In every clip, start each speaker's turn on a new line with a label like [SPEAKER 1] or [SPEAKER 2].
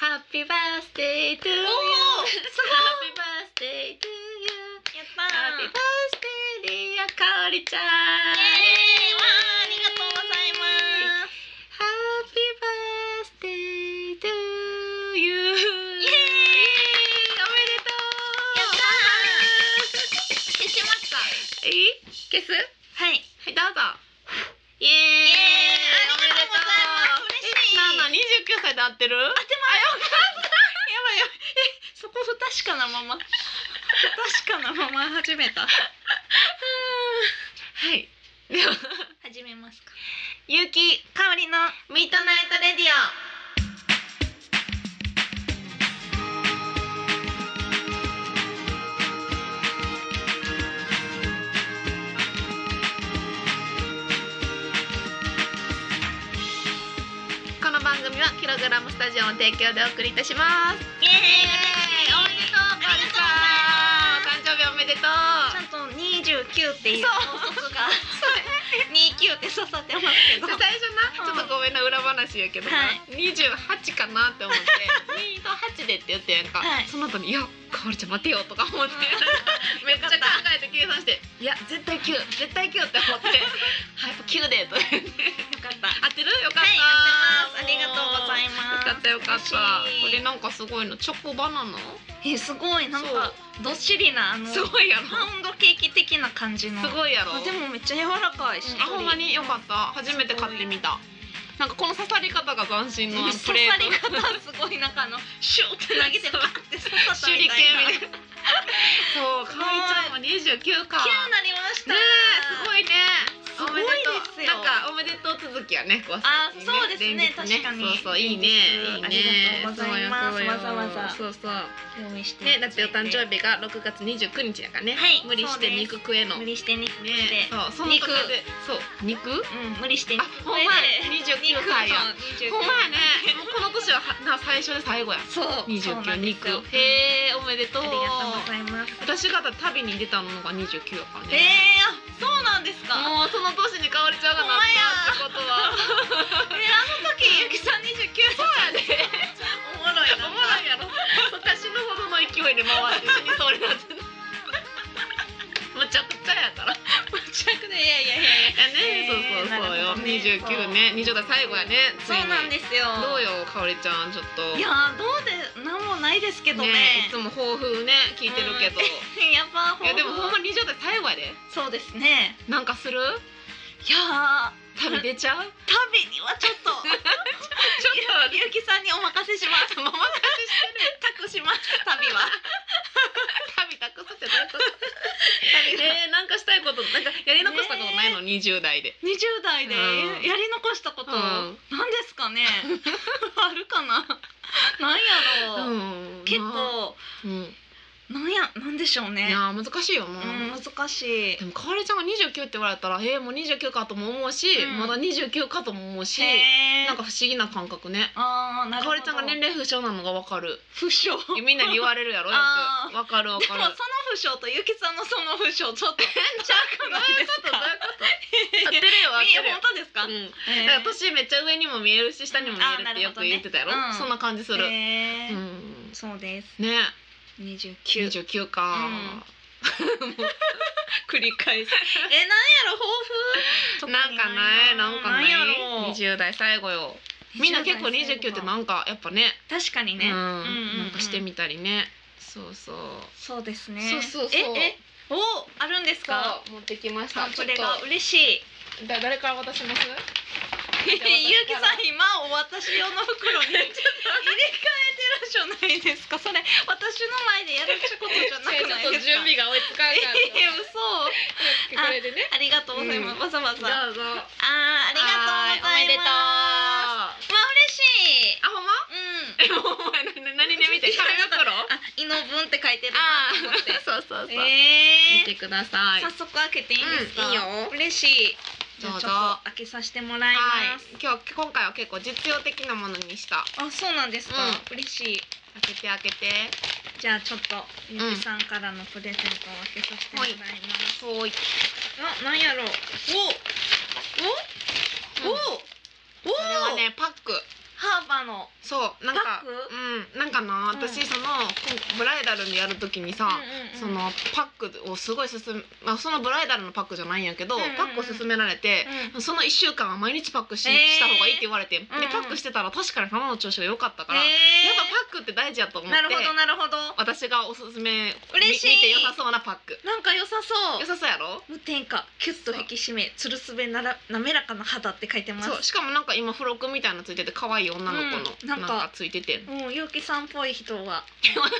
[SPEAKER 1] Happy birthday to you
[SPEAKER 2] おーす
[SPEAKER 1] Happy birthday to you
[SPEAKER 2] やったー
[SPEAKER 1] Happy
[SPEAKER 2] イ
[SPEAKER 1] birthday やかおりちゃん
[SPEAKER 2] エーイわーありがとうございます
[SPEAKER 1] Happy birthday to you イエーイおめ
[SPEAKER 2] イ
[SPEAKER 1] で
[SPEAKER 2] エー
[SPEAKER 1] とう
[SPEAKER 2] やったー消しました
[SPEAKER 1] たーいい消すは
[SPEAKER 2] はい
[SPEAKER 1] いどうぞイエーイ
[SPEAKER 2] イエーイありがとうございます嬉しい
[SPEAKER 1] なんだ29歳で合ってる
[SPEAKER 2] 当て
[SPEAKER 1] あ
[SPEAKER 2] ま
[SPEAKER 1] よかったやばいやばいえそこ不確かなまま
[SPEAKER 2] す確かなまま始め
[SPEAKER 1] は
[SPEAKER 2] た
[SPEAKER 1] いでは
[SPEAKER 2] 始めますか
[SPEAKER 1] ゆうき
[SPEAKER 2] 香りの
[SPEAKER 1] ミッドナイトレディオこの番組はキログラムスタジオの提供でお送りいたします
[SPEAKER 2] イエーイ
[SPEAKER 1] おめでとう
[SPEAKER 2] ありがとうございま
[SPEAKER 1] 誕
[SPEAKER 2] す
[SPEAKER 1] 生日おめでとう
[SPEAKER 2] ちゃんと29っていう
[SPEAKER 1] そう
[SPEAKER 2] 法則 が29って刺さってます けど
[SPEAKER 1] 最初な、
[SPEAKER 2] う
[SPEAKER 1] ち
[SPEAKER 2] ん
[SPEAKER 1] ょっとごめんな裏話やけどな、
[SPEAKER 2] はい
[SPEAKER 1] 28かなって思って「2と8で」って言ってやんか、
[SPEAKER 2] はい
[SPEAKER 1] その後に「いやかおりちゃん待てよ」とか思って、 めっちゃ考えて計算して「いや絶対9絶対9」って思って「 はいやっぱ9で」と言って
[SPEAKER 2] よかった
[SPEAKER 1] 合ってるよかった、
[SPEAKER 2] はい合ってますありがとうございます
[SPEAKER 1] よかったよかった
[SPEAKER 2] 嬉しい
[SPEAKER 1] これなんかすごいのチョコバナナ
[SPEAKER 2] えすごいなんかどっしりなあの
[SPEAKER 1] すごいやろ
[SPEAKER 2] パウンドケーキ的な感じの
[SPEAKER 1] すごいやろ
[SPEAKER 2] あでもめっちゃ柔らかいし、
[SPEAKER 1] うんあほんまによかった初めて買ってみたなんかこの刺さり方が斬新の
[SPEAKER 2] 刺さり方すごいなんかあのシューって投げてバッて刺さった
[SPEAKER 1] 手裏
[SPEAKER 2] みたい
[SPEAKER 1] 剣
[SPEAKER 2] な
[SPEAKER 1] みたいな。 そう、かおりちゃんは二十九か。
[SPEAKER 2] キューになりました
[SPEAKER 1] ねえ、すご
[SPEAKER 2] い
[SPEAKER 1] いね。
[SPEAKER 2] すご
[SPEAKER 1] お
[SPEAKER 2] いですよ
[SPEAKER 1] めでとうなんかおめでとう続きやね。こ
[SPEAKER 2] あそうですね
[SPEAKER 1] 連日
[SPEAKER 2] 確かに
[SPEAKER 1] そうそういいね。いいね
[SPEAKER 2] ありがとうございます
[SPEAKER 1] そうよそうよ
[SPEAKER 2] わざわざ
[SPEAKER 1] そうそう。
[SPEAKER 2] 用意して
[SPEAKER 1] ね、だってお誕生日が六月二十九日やからね。
[SPEAKER 2] はい
[SPEAKER 1] 無理して肉食えの。
[SPEAKER 2] 無
[SPEAKER 1] ね、
[SPEAKER 2] 理して肉で、
[SPEAKER 1] そう、その中で、そう、肉。
[SPEAKER 2] うん無理して
[SPEAKER 1] あ
[SPEAKER 2] 肉、
[SPEAKER 1] ほんまや、二十九歳や。
[SPEAKER 2] 29
[SPEAKER 1] ほんまやね。もうこの年ははな最初で最後や。
[SPEAKER 2] そう
[SPEAKER 1] 二十
[SPEAKER 2] そう
[SPEAKER 1] 九
[SPEAKER 2] なんです
[SPEAKER 1] 肉
[SPEAKER 2] よ。
[SPEAKER 1] へえ、おめでと
[SPEAKER 2] あ
[SPEAKER 1] う。
[SPEAKER 2] りがとうございます
[SPEAKER 1] 私がだって旅に出たのが29やから
[SPEAKER 2] えー
[SPEAKER 1] ね、、
[SPEAKER 2] あそうなんですか
[SPEAKER 1] もうその年にかおりちゃんがなったってことは
[SPEAKER 2] えー、あの時ゆきさん29歳
[SPEAKER 1] そうやね
[SPEAKER 2] おもろい
[SPEAKER 1] おもろいやろ昔のほどの勢いで回って死にそうになってるむちゃくちゃやからや
[SPEAKER 2] 着でいやいやいやいや
[SPEAKER 1] ね、
[SPEAKER 2] え
[SPEAKER 1] そうそう
[SPEAKER 2] ー
[SPEAKER 1] そうよ、
[SPEAKER 2] なるほどね
[SPEAKER 1] 29ね20代最後やねつ
[SPEAKER 2] そ
[SPEAKER 1] いうに
[SPEAKER 2] なんですよ
[SPEAKER 1] どうよかおりちゃんちょっと
[SPEAKER 2] いやーどうでなんもないですけどね
[SPEAKER 1] ねいつも抱負ね聞いてるけど、
[SPEAKER 2] やっぱ
[SPEAKER 1] いやでもほんま
[SPEAKER 2] に
[SPEAKER 1] 20代最後やで
[SPEAKER 2] そうですね
[SPEAKER 1] なんかする
[SPEAKER 2] いやー
[SPEAKER 1] 旅出ちゃうちょっ
[SPEAKER 2] 旅にはちょっと
[SPEAKER 1] と
[SPEAKER 2] ゆきさんにお任せします
[SPEAKER 1] ままかししてる
[SPEAKER 2] 託します旅 は
[SPEAKER 1] 旅たくさってどういうこと
[SPEAKER 2] 旅は
[SPEAKER 1] えー、なんかしたいことなんかやり残したことないの、20代で
[SPEAKER 2] 20代で
[SPEAKER 1] うん
[SPEAKER 2] やり残したこと、
[SPEAKER 1] うん
[SPEAKER 2] なん、何ですか ねあるかななんやろう、
[SPEAKER 1] ん
[SPEAKER 2] 結、構
[SPEAKER 1] うん、
[SPEAKER 2] なんやなんでしょう
[SPEAKER 1] い
[SPEAKER 2] ね
[SPEAKER 1] やー難しいよ
[SPEAKER 2] う
[SPEAKER 1] な、
[SPEAKER 2] ん難しい
[SPEAKER 1] でもかおりちゃんが29って言われたらえー、もう29かとも思うし、
[SPEAKER 2] うん
[SPEAKER 1] まだ29かとも思うし、
[SPEAKER 2] へー
[SPEAKER 1] なんか不思議な感覚ね
[SPEAKER 2] あーなる
[SPEAKER 1] か
[SPEAKER 2] ほ
[SPEAKER 1] お
[SPEAKER 2] ど
[SPEAKER 1] りちゃんが年齢不詳なのがわかる
[SPEAKER 2] 不詳
[SPEAKER 1] みんなに言われるやろよ
[SPEAKER 2] あ
[SPEAKER 1] くわかるわ
[SPEAKER 2] で
[SPEAKER 1] か
[SPEAKER 2] もそ
[SPEAKER 1] る
[SPEAKER 2] の不詳とゆきさんのその不 詳ちょっとちゃうくないですか
[SPEAKER 1] どういうことどういうこと合ってるよ合っ
[SPEAKER 2] い
[SPEAKER 1] て
[SPEAKER 2] や
[SPEAKER 1] るよ
[SPEAKER 2] 本当ですか、
[SPEAKER 1] うん
[SPEAKER 2] えー
[SPEAKER 1] だから年めっちゃ上にも見えるし下にも見えるってよく言ってたやろ、
[SPEAKER 2] あーなるほどねう
[SPEAKER 1] そ
[SPEAKER 2] ん
[SPEAKER 1] んな感じする、
[SPEAKER 2] えー
[SPEAKER 1] うん
[SPEAKER 2] そうです
[SPEAKER 1] ね
[SPEAKER 2] 29
[SPEAKER 1] 99か、もう繰り返す
[SPEAKER 2] えなんやろ抱負
[SPEAKER 1] なんかないなんかない
[SPEAKER 2] やろ
[SPEAKER 1] 二十代最後よみんな結構29ってなんかやっぱね
[SPEAKER 2] 確かにね、
[SPEAKER 1] うん
[SPEAKER 2] うんうん
[SPEAKER 1] なんかしてみたりねそうそう
[SPEAKER 2] そうですね
[SPEAKER 1] そうそうそう
[SPEAKER 2] ええおあるんですか
[SPEAKER 1] そう持ってきまし
[SPEAKER 2] パ
[SPEAKER 1] た
[SPEAKER 2] ン
[SPEAKER 1] ちょ
[SPEAKER 2] プ
[SPEAKER 1] っ
[SPEAKER 2] レが
[SPEAKER 1] と
[SPEAKER 2] 嬉しい
[SPEAKER 1] だ誰から渡し ます
[SPEAKER 2] ゆうきさん今お私用 の袋に入れ替えてるじゃないですかそれ私の前でやることじゃな
[SPEAKER 1] ちょ
[SPEAKER 2] くな
[SPEAKER 1] っ
[SPEAKER 2] い
[SPEAKER 1] と
[SPEAKER 2] です
[SPEAKER 1] 準
[SPEAKER 2] か
[SPEAKER 1] 備が追いつかんか
[SPEAKER 2] い や嘘
[SPEAKER 1] らこれでね
[SPEAKER 2] ありがとうございます、
[SPEAKER 1] うん
[SPEAKER 2] わざわ
[SPEAKER 1] ど
[SPEAKER 2] ざあ
[SPEAKER 1] うぞ
[SPEAKER 2] ーありがとうございますわ
[SPEAKER 1] はーいおめでとう
[SPEAKER 2] あ嬉しい
[SPEAKER 1] あほんま
[SPEAKER 2] うん
[SPEAKER 1] えお前何何で 見て紙袋
[SPEAKER 2] あ胃の分って書いてる
[SPEAKER 1] あ
[SPEAKER 2] なと思って
[SPEAKER 1] ー そうそうそう、見
[SPEAKER 2] えー
[SPEAKER 1] てください
[SPEAKER 2] 早速開けていいですか、
[SPEAKER 1] うんいいよ
[SPEAKER 2] 嬉しいじゃ
[SPEAKER 1] ど
[SPEAKER 2] あ
[SPEAKER 1] う
[SPEAKER 2] ち
[SPEAKER 1] ぞ
[SPEAKER 2] ょっと開けさせてもらい
[SPEAKER 1] は
[SPEAKER 2] ま
[SPEAKER 1] い
[SPEAKER 2] す、
[SPEAKER 1] 今日今回は結構実用的なものにした
[SPEAKER 2] あそうなんですか、
[SPEAKER 1] う
[SPEAKER 2] 嬉しい
[SPEAKER 1] 開けて開けて
[SPEAKER 2] じゃあちょっとゆきさんからのプレゼントを開けさせてもらいます、
[SPEAKER 1] ほい
[SPEAKER 2] あなんやろうおおおお
[SPEAKER 1] これは
[SPEAKER 2] お、
[SPEAKER 1] ねパック
[SPEAKER 2] ハーバーの
[SPEAKER 1] そうなんか
[SPEAKER 2] パック
[SPEAKER 1] うんなんかな私そのブライダルでやるときにさ、そのパックをすごい勧め、まあ、そのブライダルのパックじゃないんやけど、
[SPEAKER 2] うんうんうん
[SPEAKER 1] パックを勧められて、その1週間は毎日パックし,、
[SPEAKER 2] えー
[SPEAKER 1] た方がいいって言われて、
[SPEAKER 2] うんう
[SPEAKER 1] で
[SPEAKER 2] ん
[SPEAKER 1] パックしてたら確かに鼻の調子が良かったから、やっぱパックって大事やと思って
[SPEAKER 2] なるほどなるほど
[SPEAKER 1] 私がおすすめ
[SPEAKER 2] 嬉しい
[SPEAKER 1] み見て良さそうなパック
[SPEAKER 2] なんか良さそ
[SPEAKER 1] 良
[SPEAKER 2] う
[SPEAKER 1] さそうやろ
[SPEAKER 2] 無添加キュッと引き締めつるすべなら滑らかな肌って書いてます
[SPEAKER 1] そうしかもなんか今付録みたいなのついてて可愛い女の子の、
[SPEAKER 2] うんな
[SPEAKER 1] なんん
[SPEAKER 2] か
[SPEAKER 1] かついて て
[SPEAKER 2] うんゆうきさんっぽい人は
[SPEAKER 1] ほんまに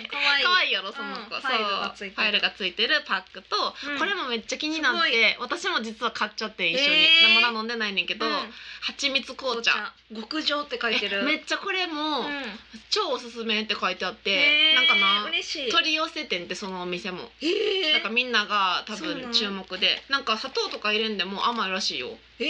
[SPEAKER 2] うん可愛い
[SPEAKER 1] 可愛いやろその子、
[SPEAKER 2] うん
[SPEAKER 1] そ
[SPEAKER 2] ファイルがついてる
[SPEAKER 1] ファイルがついてるパックと、
[SPEAKER 2] うん
[SPEAKER 1] これもめっちゃ気になって私も実は買っちゃって一緒に、
[SPEAKER 2] えー
[SPEAKER 1] まだ飲んでないねんけど、
[SPEAKER 2] うん
[SPEAKER 1] 蜂蜜紅茶
[SPEAKER 2] 極上って書いてる
[SPEAKER 1] えめっちゃこれも、
[SPEAKER 2] うん
[SPEAKER 1] 超おすすめって書いてあって、
[SPEAKER 2] へー
[SPEAKER 1] なんかな
[SPEAKER 2] 嬉しい
[SPEAKER 1] 取り寄せてんってそのお店も、
[SPEAKER 2] へえ
[SPEAKER 1] なんかみんなが多
[SPEAKER 2] そうなの
[SPEAKER 1] 分注目でなんか砂糖とか入れんでも甘いらしいよ
[SPEAKER 2] え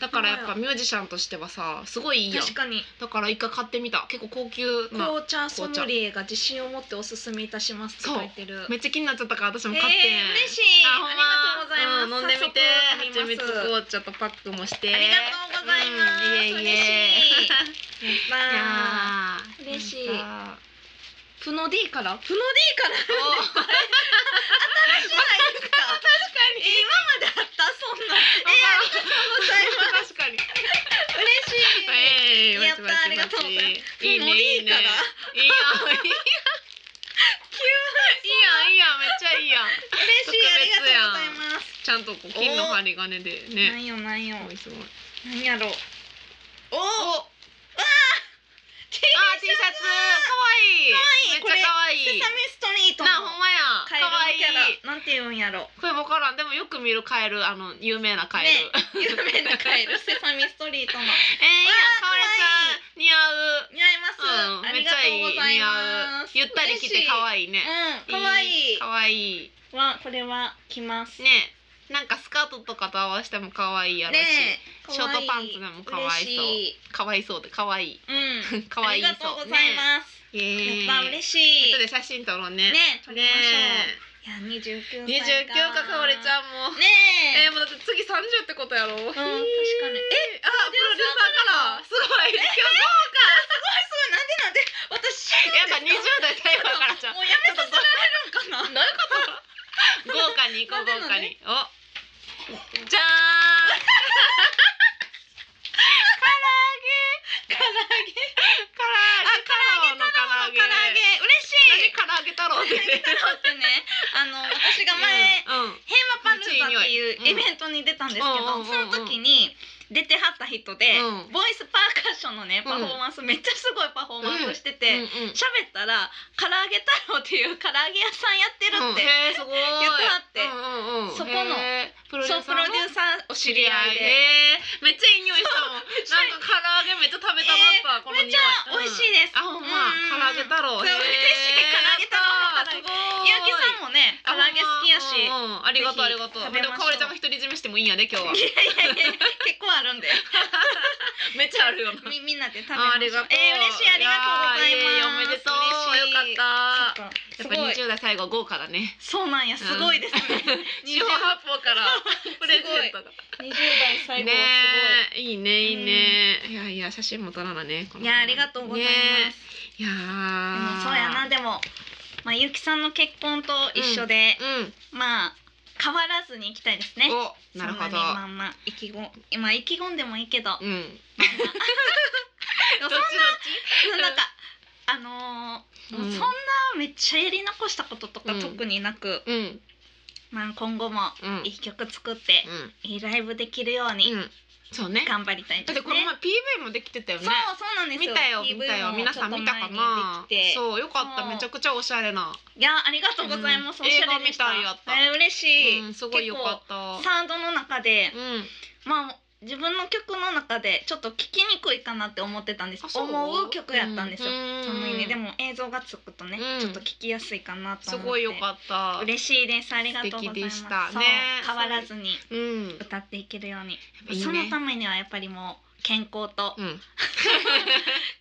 [SPEAKER 1] だからやっぱミュージシャンとしてはさすごいいいやん
[SPEAKER 2] 確かに
[SPEAKER 1] だから一回買ってみた結構高級な
[SPEAKER 2] 紅茶ソムリエが自信を持っておすすめいたしますって書いてる
[SPEAKER 1] めっちゃ気になっちゃったから私
[SPEAKER 2] えー
[SPEAKER 1] も買ってん、
[SPEAKER 2] 嬉しい
[SPEAKER 1] あほんま
[SPEAKER 2] ありがとうございます
[SPEAKER 1] うん飲んでみて
[SPEAKER 2] 早速
[SPEAKER 1] 蜂
[SPEAKER 2] 飲み
[SPEAKER 1] 蜜
[SPEAKER 2] ま
[SPEAKER 1] 紅
[SPEAKER 2] す
[SPEAKER 1] 茶とパックもして
[SPEAKER 2] ありがとうございます
[SPEAKER 1] うんいえいえ
[SPEAKER 2] 嬉しい
[SPEAKER 1] いやーな
[SPEAKER 2] や嬉しい
[SPEAKER 1] んか
[SPEAKER 2] ープノ D からプノ D から
[SPEAKER 1] お
[SPEAKER 2] じゃないですか 確かに今まであったそんなえー、ありがとうございま
[SPEAKER 1] 確
[SPEAKER 2] す
[SPEAKER 1] かに
[SPEAKER 2] 嬉しい、
[SPEAKER 1] え
[SPEAKER 2] やったありがとうございます
[SPEAKER 1] いいね
[SPEAKER 2] もうい
[SPEAKER 1] いいねい
[SPEAKER 2] い
[SPEAKER 1] い
[SPEAKER 2] か
[SPEAKER 1] や
[SPEAKER 2] ら
[SPEAKER 1] んいいやんいいやんめっちゃいい やん
[SPEAKER 2] 嬉しいありがとうございます
[SPEAKER 1] ちゃんとこう金の針金で
[SPEAKER 2] な
[SPEAKER 1] ね
[SPEAKER 2] んよなんよ
[SPEAKER 1] すごいすごい
[SPEAKER 2] なんやろうお
[SPEAKER 1] お
[SPEAKER 2] お
[SPEAKER 1] あ
[SPEAKER 2] T
[SPEAKER 1] ー T シャツ可愛い
[SPEAKER 2] 可
[SPEAKER 1] めっ
[SPEAKER 2] 愛い
[SPEAKER 1] ちゃ可愛
[SPEAKER 2] セ
[SPEAKER 1] い
[SPEAKER 2] サミストリート
[SPEAKER 1] なほん
[SPEAKER 2] の
[SPEAKER 1] まや
[SPEAKER 2] カエル
[SPEAKER 1] 可愛い
[SPEAKER 2] のキャラなんて言うんやろ
[SPEAKER 1] これ分からんでもよく見るカエルあの有名なカエル、
[SPEAKER 2] ね有名なカエルセサミストリート の
[SPEAKER 1] えー、いいやんかわれちゃん似合う
[SPEAKER 2] 似合います、
[SPEAKER 1] うん、
[SPEAKER 2] あ
[SPEAKER 1] め
[SPEAKER 2] り
[SPEAKER 1] っ
[SPEAKER 2] が
[SPEAKER 1] ち
[SPEAKER 2] と
[SPEAKER 1] ゃいい、
[SPEAKER 2] うござい
[SPEAKER 1] 似合
[SPEAKER 2] ま
[SPEAKER 1] う
[SPEAKER 2] す。
[SPEAKER 1] ゆったり着て可愛いね。
[SPEAKER 2] いうん可愛い
[SPEAKER 1] 可愛い
[SPEAKER 2] はこれは着ます
[SPEAKER 1] ね、なんかスカートとかと合わせても可愛いやろし、
[SPEAKER 2] ねえ
[SPEAKER 1] ショートパンツでも可愛そう
[SPEAKER 2] 嬉しい
[SPEAKER 1] 可愛そうで可愛い。
[SPEAKER 2] うん
[SPEAKER 1] 可愛い
[SPEAKER 2] ありがとうございます、
[SPEAKER 1] す。ね、
[SPEAKER 2] やっぱ嬉
[SPEAKER 1] し
[SPEAKER 2] しい
[SPEAKER 1] で写真撮ろうね。
[SPEAKER 2] ね撮りまし
[SPEAKER 1] ね
[SPEAKER 2] ょう、いや29
[SPEAKER 1] 二十
[SPEAKER 2] 歳
[SPEAKER 1] 九かかわれちゃんも。
[SPEAKER 2] ねえ
[SPEAKER 1] えー、もうだって次三十ってことやろ。うん、
[SPEAKER 2] うん確かにえ
[SPEAKER 1] え、あ、プロデューサーから、すごい。
[SPEAKER 2] すごいなんでなんで私
[SPEAKER 1] やっぱ二十代最後からちゃん。
[SPEAKER 2] もうやめさせられるんかな
[SPEAKER 1] どういうこと？豪華に行こう
[SPEAKER 2] なんで
[SPEAKER 1] 豪華に。お。じゃーん。唐揚げ。唐揚げ
[SPEAKER 2] 唐揚げ
[SPEAKER 1] の
[SPEAKER 2] 唐揚げ
[SPEAKER 1] 何
[SPEAKER 2] 嬉しい
[SPEAKER 1] 唐揚げ太郎っ
[SPEAKER 2] 唐揚げ
[SPEAKER 1] て。
[SPEAKER 2] 太郎ってねあの私が前、
[SPEAKER 1] うん。うん。
[SPEAKER 2] ヘーマパルザっていうイベントに出たんですけ
[SPEAKER 1] うん
[SPEAKER 2] ど、その時に出てはった人で、
[SPEAKER 1] うん
[SPEAKER 2] ボイスパーカッションのねパフォーマンス、めっちゃすごいパフォーマンスして
[SPEAKER 1] うん
[SPEAKER 2] て
[SPEAKER 1] うん。
[SPEAKER 2] 喋、ったら「唐揚げ太郎」っていう唐揚げ屋さんやってる
[SPEAKER 1] うん
[SPEAKER 2] って、
[SPEAKER 1] へーすごい。
[SPEAKER 2] 言ってはって
[SPEAKER 1] うんうんうん。
[SPEAKER 2] そこの
[SPEAKER 1] へープロデュ
[SPEAKER 2] そう
[SPEAKER 1] ーサー
[SPEAKER 2] プロ
[SPEAKER 1] の
[SPEAKER 2] デューサーお知
[SPEAKER 1] 知
[SPEAKER 2] り
[SPEAKER 1] り
[SPEAKER 2] 合
[SPEAKER 1] 合
[SPEAKER 2] い
[SPEAKER 1] い
[SPEAKER 2] で。
[SPEAKER 1] で。めっちゃいい匂いした もん。なんか唐揚げめっちゃ食べたなったこの
[SPEAKER 2] めっ
[SPEAKER 1] 匂い。
[SPEAKER 2] ちゃ美味し
[SPEAKER 1] い。
[SPEAKER 2] いです。
[SPEAKER 1] あほんま唐揚げ太郎。
[SPEAKER 2] そう嬉しい唐揚げ太郎
[SPEAKER 1] すごい。
[SPEAKER 2] ゆうきさんもね唐揚げ好きやし。
[SPEAKER 1] あほんまうんうんありがとうありがとう
[SPEAKER 2] ぜひ食べ
[SPEAKER 1] で
[SPEAKER 2] ましょ
[SPEAKER 1] も
[SPEAKER 2] う
[SPEAKER 1] かおりちゃんが独り占めしてもいいんやで今 日はい
[SPEAKER 2] やいやいや結構あるんで。
[SPEAKER 1] めっちゃあるよな
[SPEAKER 2] みみんなで食べましょう。
[SPEAKER 1] あありがとう
[SPEAKER 2] えー嬉しいありがとうござい
[SPEAKER 1] や
[SPEAKER 2] ます。
[SPEAKER 1] ーえーおめでとう
[SPEAKER 2] 嬉しい
[SPEAKER 1] よかった
[SPEAKER 2] そ
[SPEAKER 1] やっ
[SPEAKER 2] っか
[SPEAKER 1] ぱ
[SPEAKER 2] すごい。
[SPEAKER 1] 20代最後豪華だね
[SPEAKER 2] そうなんやすごいですね。
[SPEAKER 1] 四方八方から プレゼントが
[SPEAKER 2] 二十代最後は
[SPEAKER 1] ねえいいねいいね、いやいや写真も撮らなね
[SPEAKER 2] すごい。いやありがとうございます。
[SPEAKER 1] す、ね、いや
[SPEAKER 2] で
[SPEAKER 1] ー
[SPEAKER 2] もそうやなでもまあゆきさんの結婚と一緒で、
[SPEAKER 1] うん
[SPEAKER 2] まあ変わらずに行きたいですね。
[SPEAKER 1] おなるほ
[SPEAKER 2] そん
[SPEAKER 1] ど
[SPEAKER 2] にまあまあ意気込んまあ意気込んでもいいけど、
[SPEAKER 1] うん
[SPEAKER 2] で
[SPEAKER 1] ど
[SPEAKER 2] も
[SPEAKER 1] っち
[SPEAKER 2] そ
[SPEAKER 1] どっち
[SPEAKER 2] んななんかあのーもうそんなめっちゃやり残したこととか
[SPEAKER 1] うん
[SPEAKER 2] 特になく、
[SPEAKER 1] うん
[SPEAKER 2] まあ今後も
[SPEAKER 1] うん
[SPEAKER 2] いい曲作って
[SPEAKER 1] う
[SPEAKER 2] いいライブできるように
[SPEAKER 1] んうんそうね
[SPEAKER 2] 頑張りたいです
[SPEAKER 1] だ
[SPEAKER 2] ね。
[SPEAKER 1] ってこの前 PV もできてたよ
[SPEAKER 2] そう
[SPEAKER 1] ね
[SPEAKER 2] そうなんです
[SPEAKER 1] 見
[SPEAKER 2] よ。
[SPEAKER 1] たよ
[SPEAKER 2] PV
[SPEAKER 1] 見たよ
[SPEAKER 2] も
[SPEAKER 1] 皆さん見たか
[SPEAKER 2] ちょっと前
[SPEAKER 1] な
[SPEAKER 2] にできて
[SPEAKER 1] そうよかっ
[SPEAKER 2] そ
[SPEAKER 1] た
[SPEAKER 2] う
[SPEAKER 1] めちゃくちゃおしゃれない
[SPEAKER 2] やありがとうございます。
[SPEAKER 1] うん
[SPEAKER 2] おしゃれでした。
[SPEAKER 1] 映画みたいやった
[SPEAKER 2] えー嬉しい。
[SPEAKER 1] うんすごいよかった
[SPEAKER 2] 結構サードの中で、
[SPEAKER 1] うん
[SPEAKER 2] まあ自分の曲の中でちょっと聞きにくいかなって思ってたんです
[SPEAKER 1] あ。そう
[SPEAKER 2] 思う曲やったんですよ。
[SPEAKER 1] うん
[SPEAKER 2] 寒いね。でも映像がつくとね、
[SPEAKER 1] うん
[SPEAKER 2] ちょっと聞きやすいかなと
[SPEAKER 1] す
[SPEAKER 2] 思って。
[SPEAKER 1] ごいよかった
[SPEAKER 2] 嬉しいです。ありがとうございま
[SPEAKER 1] 素
[SPEAKER 2] す。
[SPEAKER 1] 敵でした
[SPEAKER 2] そう
[SPEAKER 1] ね
[SPEAKER 2] 変わらずに
[SPEAKER 1] うん
[SPEAKER 2] 歌っていけるように。
[SPEAKER 1] いいね
[SPEAKER 2] そのためにはやっぱりもう健康と
[SPEAKER 1] うん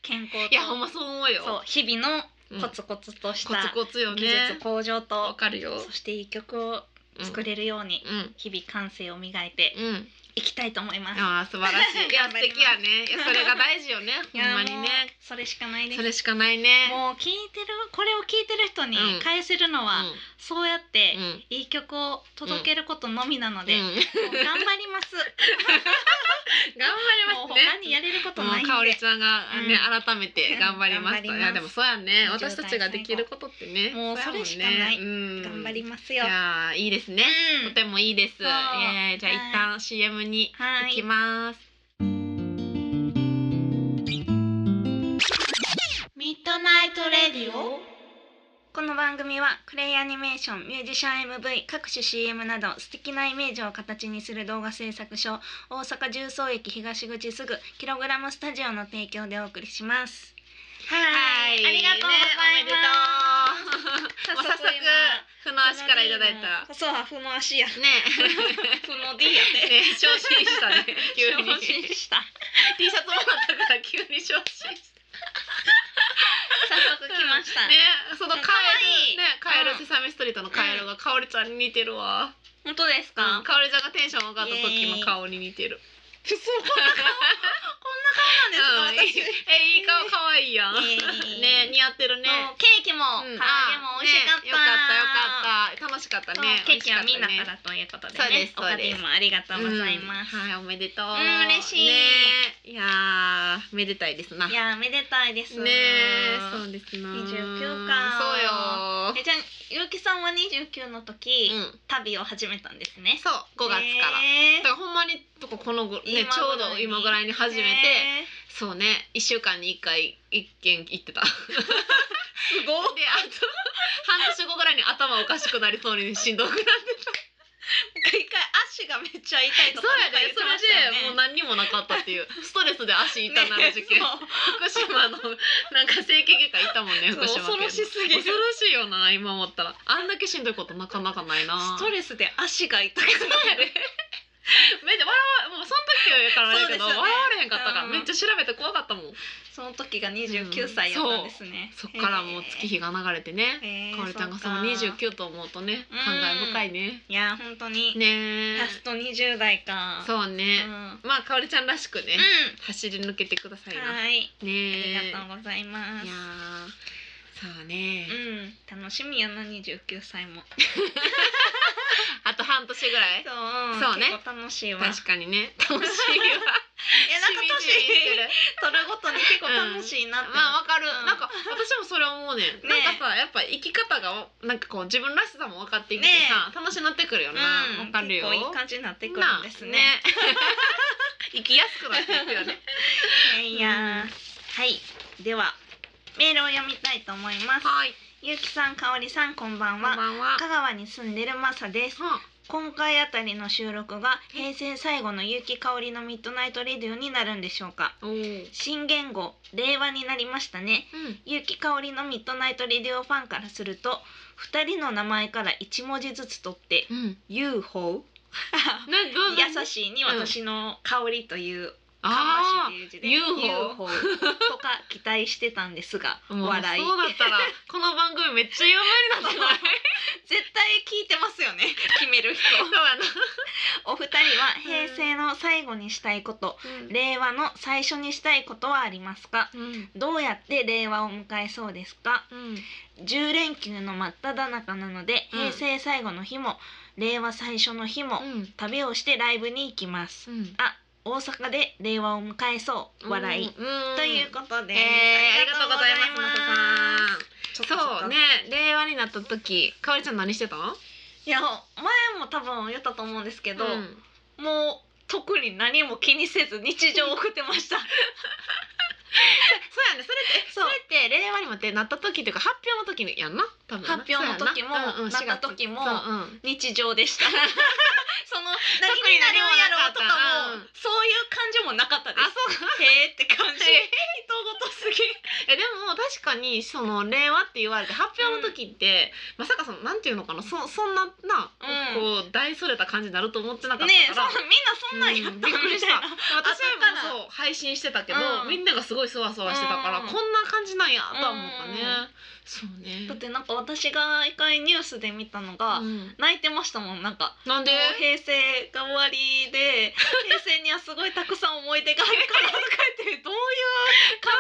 [SPEAKER 2] 健康と。
[SPEAKER 1] いやほんまそう思うよ
[SPEAKER 2] そう日々の
[SPEAKER 1] うん
[SPEAKER 2] コツコツとし
[SPEAKER 1] コツ
[SPEAKER 2] た
[SPEAKER 1] コツよ
[SPEAKER 2] 技術
[SPEAKER 1] ね
[SPEAKER 2] 向上
[SPEAKER 1] わ
[SPEAKER 2] と、
[SPEAKER 1] かるよ
[SPEAKER 2] そしていい曲を
[SPEAKER 1] うん
[SPEAKER 2] 作れるように
[SPEAKER 1] うん
[SPEAKER 2] 日々感性を磨いて
[SPEAKER 1] うん
[SPEAKER 2] いきたいと思います。
[SPEAKER 1] ああ素晴らしいいや
[SPEAKER 2] 頑
[SPEAKER 1] 素
[SPEAKER 2] 張ります
[SPEAKER 1] 敵やねいやそれが大事よね
[SPEAKER 2] い
[SPEAKER 1] ほん
[SPEAKER 2] や
[SPEAKER 1] まに
[SPEAKER 2] もう
[SPEAKER 1] ね
[SPEAKER 2] それしかないです。
[SPEAKER 1] それしかないね
[SPEAKER 2] もう聞いてるこれを聞いてる人に
[SPEAKER 1] うん
[SPEAKER 2] 返せるのは、そうやって
[SPEAKER 1] うんうん
[SPEAKER 2] いい曲を届けることのみなので、
[SPEAKER 1] う
[SPEAKER 2] も
[SPEAKER 1] ん
[SPEAKER 2] う頑張り ます。
[SPEAKER 1] 頑
[SPEAKER 2] もう
[SPEAKER 1] 張ります
[SPEAKER 2] 他
[SPEAKER 1] ね
[SPEAKER 2] にやれること
[SPEAKER 1] も
[SPEAKER 2] ない
[SPEAKER 1] う
[SPEAKER 2] んで。
[SPEAKER 1] かおりちゃんがね、改めて
[SPEAKER 2] うん
[SPEAKER 1] 頑張りますと、
[SPEAKER 2] 頑張ります
[SPEAKER 1] いやでもそうやね
[SPEAKER 2] 20代
[SPEAKER 1] 私たちができることってね
[SPEAKER 2] 最後もう
[SPEAKER 1] やんね
[SPEAKER 2] それしかない
[SPEAKER 1] うん、
[SPEAKER 2] 頑張ります
[SPEAKER 1] い
[SPEAKER 2] よ。
[SPEAKER 1] やーいいですね、
[SPEAKER 2] うん
[SPEAKER 1] とてもいいですイ
[SPEAKER 2] そう
[SPEAKER 1] エーイじゃあ一
[SPEAKER 2] は
[SPEAKER 1] 旦 CM に
[SPEAKER 2] は
[SPEAKER 1] 行き
[SPEAKER 2] い。
[SPEAKER 1] ます、
[SPEAKER 2] ミッドナイトレディオ。この番組はクレイアニメーションミュージシャン MV 各種 CM など素敵なイメージを形にする動画制作所大阪重曹駅東口すぐキログラムスタジオの提供でお送りしますはいありがとうご
[SPEAKER 1] すもう
[SPEAKER 2] ざいます、早速
[SPEAKER 1] 早速
[SPEAKER 2] 今
[SPEAKER 1] ふの足からいただいた
[SPEAKER 2] そうはふの足や
[SPEAKER 1] ね
[SPEAKER 2] ふの D や
[SPEAKER 1] ね昇進した ね急に
[SPEAKER 2] 昇進
[SPEAKER 1] T
[SPEAKER 2] した
[SPEAKER 1] シャツもらったから急に昇進した
[SPEAKER 2] 早速来ました、
[SPEAKER 1] ね、そのカエル、ね、
[SPEAKER 2] かわ
[SPEAKER 1] カエ
[SPEAKER 2] いい
[SPEAKER 1] ル、セサミストリートのカエルがかおりちゃんに似てるわ。
[SPEAKER 2] 本当ですか、
[SPEAKER 1] かおりちゃんがテンション上がった時の顔に似てる。
[SPEAKER 2] そうこんな
[SPEAKER 1] うん
[SPEAKER 2] 顔こんな顔なん
[SPEAKER 1] え、
[SPEAKER 2] ですか、
[SPEAKER 1] いい顔、可愛いやん。
[SPEAKER 2] イエーイ
[SPEAKER 1] ね、似合ってるね。
[SPEAKER 2] そうケーキも唐揚げ
[SPEAKER 1] うん
[SPEAKER 2] も美味しかった、
[SPEAKER 1] ねよかった、よかった、楽しかった
[SPEAKER 2] そう
[SPEAKER 1] ね。
[SPEAKER 2] ケーキはみんなか
[SPEAKER 1] 美味しかっ
[SPEAKER 2] らということで
[SPEAKER 1] そうで
[SPEAKER 2] ね
[SPEAKER 1] す。
[SPEAKER 2] お
[SPEAKER 1] そう
[SPEAKER 2] か
[SPEAKER 1] です
[SPEAKER 2] げもありがと
[SPEAKER 1] た
[SPEAKER 2] う
[SPEAKER 1] ね
[SPEAKER 2] ございます。
[SPEAKER 1] うんはい、おめでとう。
[SPEAKER 2] うん嬉しい
[SPEAKER 1] ね、いやー、めでたいですな。
[SPEAKER 2] い
[SPEAKER 1] ね
[SPEAKER 2] やーめでたいです。
[SPEAKER 1] え、そうですな。
[SPEAKER 2] 29か
[SPEAKER 1] そうよ。
[SPEAKER 2] えじゃあゆうきさんは二十九の時、
[SPEAKER 1] うん、
[SPEAKER 2] 旅を始めたんですね。
[SPEAKER 1] そう、5月から。
[SPEAKER 2] え
[SPEAKER 1] だからほんまにとかこのご、ね、ちょ
[SPEAKER 2] 今ぐらいうに
[SPEAKER 1] ど今ぐらいに始めて、
[SPEAKER 2] え
[SPEAKER 1] そうね1週間に1回1軒行ってたすごいであと半年後ぐらいに頭おかしくなりそうにしんどくなって
[SPEAKER 2] ー一回足がめっちゃ痛い
[SPEAKER 1] そ
[SPEAKER 2] と
[SPEAKER 1] う
[SPEAKER 2] か
[SPEAKER 1] や
[SPEAKER 2] なん
[SPEAKER 1] で、
[SPEAKER 2] か言っ
[SPEAKER 1] そ
[SPEAKER 2] て
[SPEAKER 1] れ
[SPEAKER 2] ました
[SPEAKER 1] でもう
[SPEAKER 2] よね。
[SPEAKER 1] 何にもなかったっていうストレスで足痛なる事件、
[SPEAKER 2] ね
[SPEAKER 1] 福島のなんか整形外科行ったもんね
[SPEAKER 2] そう
[SPEAKER 1] 福島県の
[SPEAKER 2] 恐ろしすぎる
[SPEAKER 1] 恐ろしいよな今思ったらあんだけしんどいことなかなかないな
[SPEAKER 2] そうストレスで足が痛く
[SPEAKER 1] そうやで。めっちゃ笑わもうその時やからあれやけど、
[SPEAKER 2] そうですよね
[SPEAKER 1] 笑われへんかったから、
[SPEAKER 2] うん
[SPEAKER 1] めっちゃ調べて怖かったもん
[SPEAKER 2] その時が二十九歳やったんですね。
[SPEAKER 1] そっからもう月日が流れてね、
[SPEAKER 2] へー。
[SPEAKER 1] かおりちゃんがその
[SPEAKER 2] うか
[SPEAKER 1] 29と思うとね
[SPEAKER 2] うん
[SPEAKER 1] 感慨深いね、
[SPEAKER 2] いやー本当に、
[SPEAKER 1] ねえ
[SPEAKER 2] ラスト二十代か。
[SPEAKER 1] そうね
[SPEAKER 2] う、ん
[SPEAKER 1] まあかおりちゃんらしくね、
[SPEAKER 2] う
[SPEAKER 1] 走り抜けてください
[SPEAKER 2] ん、
[SPEAKER 1] な、
[SPEAKER 2] はい、
[SPEAKER 1] ねえ
[SPEAKER 2] ありがとうございます
[SPEAKER 1] いや。ーそうね、
[SPEAKER 2] うん、楽しみやな、二十九歳も。
[SPEAKER 1] あと半年ぐらい
[SPEAKER 2] そう
[SPEAKER 1] そうね
[SPEAKER 2] 結構楽しいわ。いや、なん
[SPEAKER 1] 確かにね 楽しいわ
[SPEAKER 2] か年
[SPEAKER 1] しみじみしてる
[SPEAKER 2] 取るごとに結構楽しいなって。
[SPEAKER 1] まあわかる、
[SPEAKER 2] うん
[SPEAKER 1] なんか私もそれ思うねん
[SPEAKER 2] ね
[SPEAKER 1] なんかさやっぱ生き方がなんかこう自分らしさも分かってきてさ、楽しなってくるよなわ、
[SPEAKER 2] うん、
[SPEAKER 1] かるよ
[SPEAKER 2] 結構いい感じになってくるんです ね。
[SPEAKER 1] なあね生きやすくなっていく よね
[SPEAKER 2] ねいやー、はい、では、メールを読みたいと思います。
[SPEAKER 1] はい
[SPEAKER 2] ゆうきさん、かおりさん、こんば
[SPEAKER 1] こん
[SPEAKER 2] んは。
[SPEAKER 1] ばんは
[SPEAKER 2] 香川に住んでるまさです。今回あたりの収録が平成最後の結城香りのミッドナイトレディオになるんでしょうか
[SPEAKER 1] おー
[SPEAKER 2] 新言語令和になりましたね
[SPEAKER 1] うん
[SPEAKER 2] 結城香りのミッドナイトレディオファンからすると2人の名前から1文字ずつ取って
[SPEAKER 1] うん、
[SPEAKER 2] 「UFO
[SPEAKER 1] な」どう
[SPEAKER 2] 優
[SPEAKER 1] い
[SPEAKER 2] しいに私の香りという「
[SPEAKER 1] あ
[SPEAKER 2] かま
[SPEAKER 1] あ
[SPEAKER 2] しい」という字で「
[SPEAKER 1] UFO
[SPEAKER 2] とか期待してたんですが
[SPEAKER 1] もう
[SPEAKER 2] 笑い
[SPEAKER 1] そうだったらこの番組めっちゃ有名になってない
[SPEAKER 2] 絶対聞いてますよね決める人
[SPEAKER 1] そうやな
[SPEAKER 2] お二人は平成の最後にしたいこと令和の最初にしたいことはありますか
[SPEAKER 1] うん
[SPEAKER 2] どうやって令和を迎えそうですか
[SPEAKER 1] うん
[SPEAKER 2] 10連休の真っ只中なので
[SPEAKER 1] うん
[SPEAKER 2] 平成最後の日も令和最初の日も
[SPEAKER 1] うん
[SPEAKER 2] 旅をしてライブに行きます
[SPEAKER 1] うん
[SPEAKER 2] あ大阪で令和を迎えそう笑い
[SPEAKER 1] うん
[SPEAKER 2] ということ
[SPEAKER 1] え
[SPEAKER 2] です
[SPEAKER 1] ー、ありがとうございますまささんそうね令和になった時かおりちゃん何してたの
[SPEAKER 2] いや前も多分言ったと思うんですけど
[SPEAKER 1] うん
[SPEAKER 2] もう特に何も気にせず日常を送って ました
[SPEAKER 1] そうやねそれって
[SPEAKER 2] そう
[SPEAKER 1] それって令和にもってなった時っていうか発表の時やんな多分な
[SPEAKER 2] 発表の時も
[SPEAKER 1] そうや
[SPEAKER 2] なった時も
[SPEAKER 1] そううん
[SPEAKER 2] 日常でしたその何
[SPEAKER 1] 特に
[SPEAKER 2] にな
[SPEAKER 1] 何
[SPEAKER 2] る
[SPEAKER 1] も
[SPEAKER 2] んやろ
[SPEAKER 1] なかっ
[SPEAKER 2] うと
[SPEAKER 1] た
[SPEAKER 2] かも、そういう感情ももなかったで
[SPEAKER 1] あ
[SPEAKER 2] す
[SPEAKER 1] そうか
[SPEAKER 2] へーって感じ
[SPEAKER 1] へ人ごとすぎ えでも確かにその令和って言われて発表の時って、まさかそのなんていうのかなそそんなな、こう大それた感じになると思ってなかっ
[SPEAKER 2] ねえ
[SPEAKER 1] た
[SPEAKER 2] そ
[SPEAKER 1] から、
[SPEAKER 2] うみんなそんなんや
[SPEAKER 1] う
[SPEAKER 2] った
[SPEAKER 1] ん
[SPEAKER 2] み
[SPEAKER 1] びっくりした
[SPEAKER 2] いな
[SPEAKER 1] 私
[SPEAKER 2] 後から
[SPEAKER 1] はもうそう配信してたけど、
[SPEAKER 2] うん
[SPEAKER 1] みんながすごいそわそわしてたから、
[SPEAKER 2] うん
[SPEAKER 1] こんな感じなんやとは思ったね、
[SPEAKER 2] うん
[SPEAKER 1] そうね
[SPEAKER 2] だってなんか私が一回ニュースで見たのが、
[SPEAKER 1] うん
[SPEAKER 2] 泣いてましたもんなんか
[SPEAKER 1] なんで
[SPEAKER 2] もう平成が終わりで 平成にはすごいたくさん思い出があるからとか言って どういう感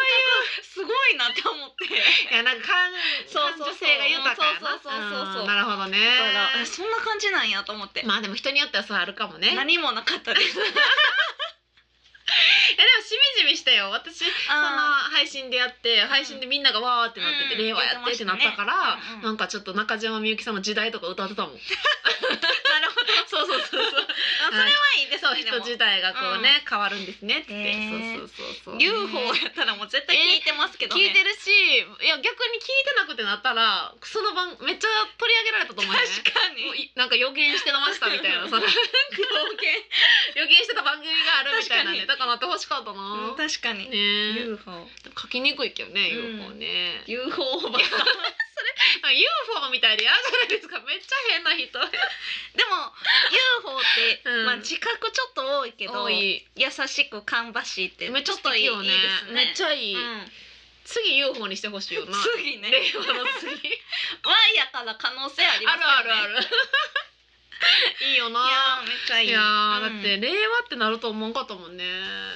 [SPEAKER 2] 覚すごいなって思って
[SPEAKER 1] いやなんか感
[SPEAKER 2] そうそうそう
[SPEAKER 1] 感受性が豊かやな
[SPEAKER 2] そうそうそうそう
[SPEAKER 1] うんなるほどね
[SPEAKER 2] だからえそんな感じなんやと思って、
[SPEAKER 1] まあでも人によってはそうあるかもねいやでも
[SPEAKER 2] 何もなかった です
[SPEAKER 1] しみじみしたよ私その
[SPEAKER 2] あ
[SPEAKER 1] 配信でやって配信でみんながわーってなってて、
[SPEAKER 2] うん
[SPEAKER 1] 令和やってってなったから
[SPEAKER 2] 言っ
[SPEAKER 1] なん
[SPEAKER 2] てましたねうんう、ん
[SPEAKER 1] かちょっと中島みゆきさんの時代とか歌って たもんなるほど そうそうそうそう
[SPEAKER 2] ーあそれはいいです
[SPEAKER 1] そう
[SPEAKER 2] ねで
[SPEAKER 1] 人
[SPEAKER 2] も
[SPEAKER 1] 時代がこうね、変わるんですねって、
[SPEAKER 2] へー
[SPEAKER 1] そうそうそうそう
[SPEAKER 2] UFO やったらもう絶対聞いてますけどね、
[SPEAKER 1] 聞いてるしいや逆に聞いてなくてなったらその番めっちゃ取り上げられたと思うよね
[SPEAKER 2] 確か
[SPEAKER 1] もう
[SPEAKER 2] に
[SPEAKER 1] いなんか予言してましたみたい なその
[SPEAKER 2] 表
[SPEAKER 1] 予言してた番組があるみたいなね
[SPEAKER 2] 確
[SPEAKER 1] だからなってほしかったな、
[SPEAKER 2] 現確かに、
[SPEAKER 1] ねえ
[SPEAKER 2] UFO
[SPEAKER 1] 書きにくいけどね
[SPEAKER 2] うん
[SPEAKER 1] UFO ね、
[SPEAKER 2] UFO おばさん
[SPEAKER 1] あ UFO みたいでやるじゃないですかめっちゃ変な人
[SPEAKER 2] でも UFO って、
[SPEAKER 1] うん
[SPEAKER 2] まあ自覚ちょっと多いけど
[SPEAKER 1] 多い
[SPEAKER 2] 優しく芳しいって
[SPEAKER 1] めっちゃ
[SPEAKER 2] ちょっといい
[SPEAKER 1] よね
[SPEAKER 2] いいですね
[SPEAKER 1] めっちゃいい、
[SPEAKER 2] うん
[SPEAKER 1] 次 UFO にしてほしいよな
[SPEAKER 2] 次ね
[SPEAKER 1] 令和の次
[SPEAKER 2] Y やから可能 性ありま
[SPEAKER 1] あ
[SPEAKER 2] す
[SPEAKER 1] るあるある
[SPEAKER 2] る
[SPEAKER 1] いいよ
[SPEAKER 2] い
[SPEAKER 1] な
[SPEAKER 2] やーめっちゃい
[SPEAKER 1] い
[SPEAKER 2] い
[SPEAKER 1] やー
[SPEAKER 2] う
[SPEAKER 1] だ
[SPEAKER 2] ん
[SPEAKER 1] って令和ってなると思わんかったもんね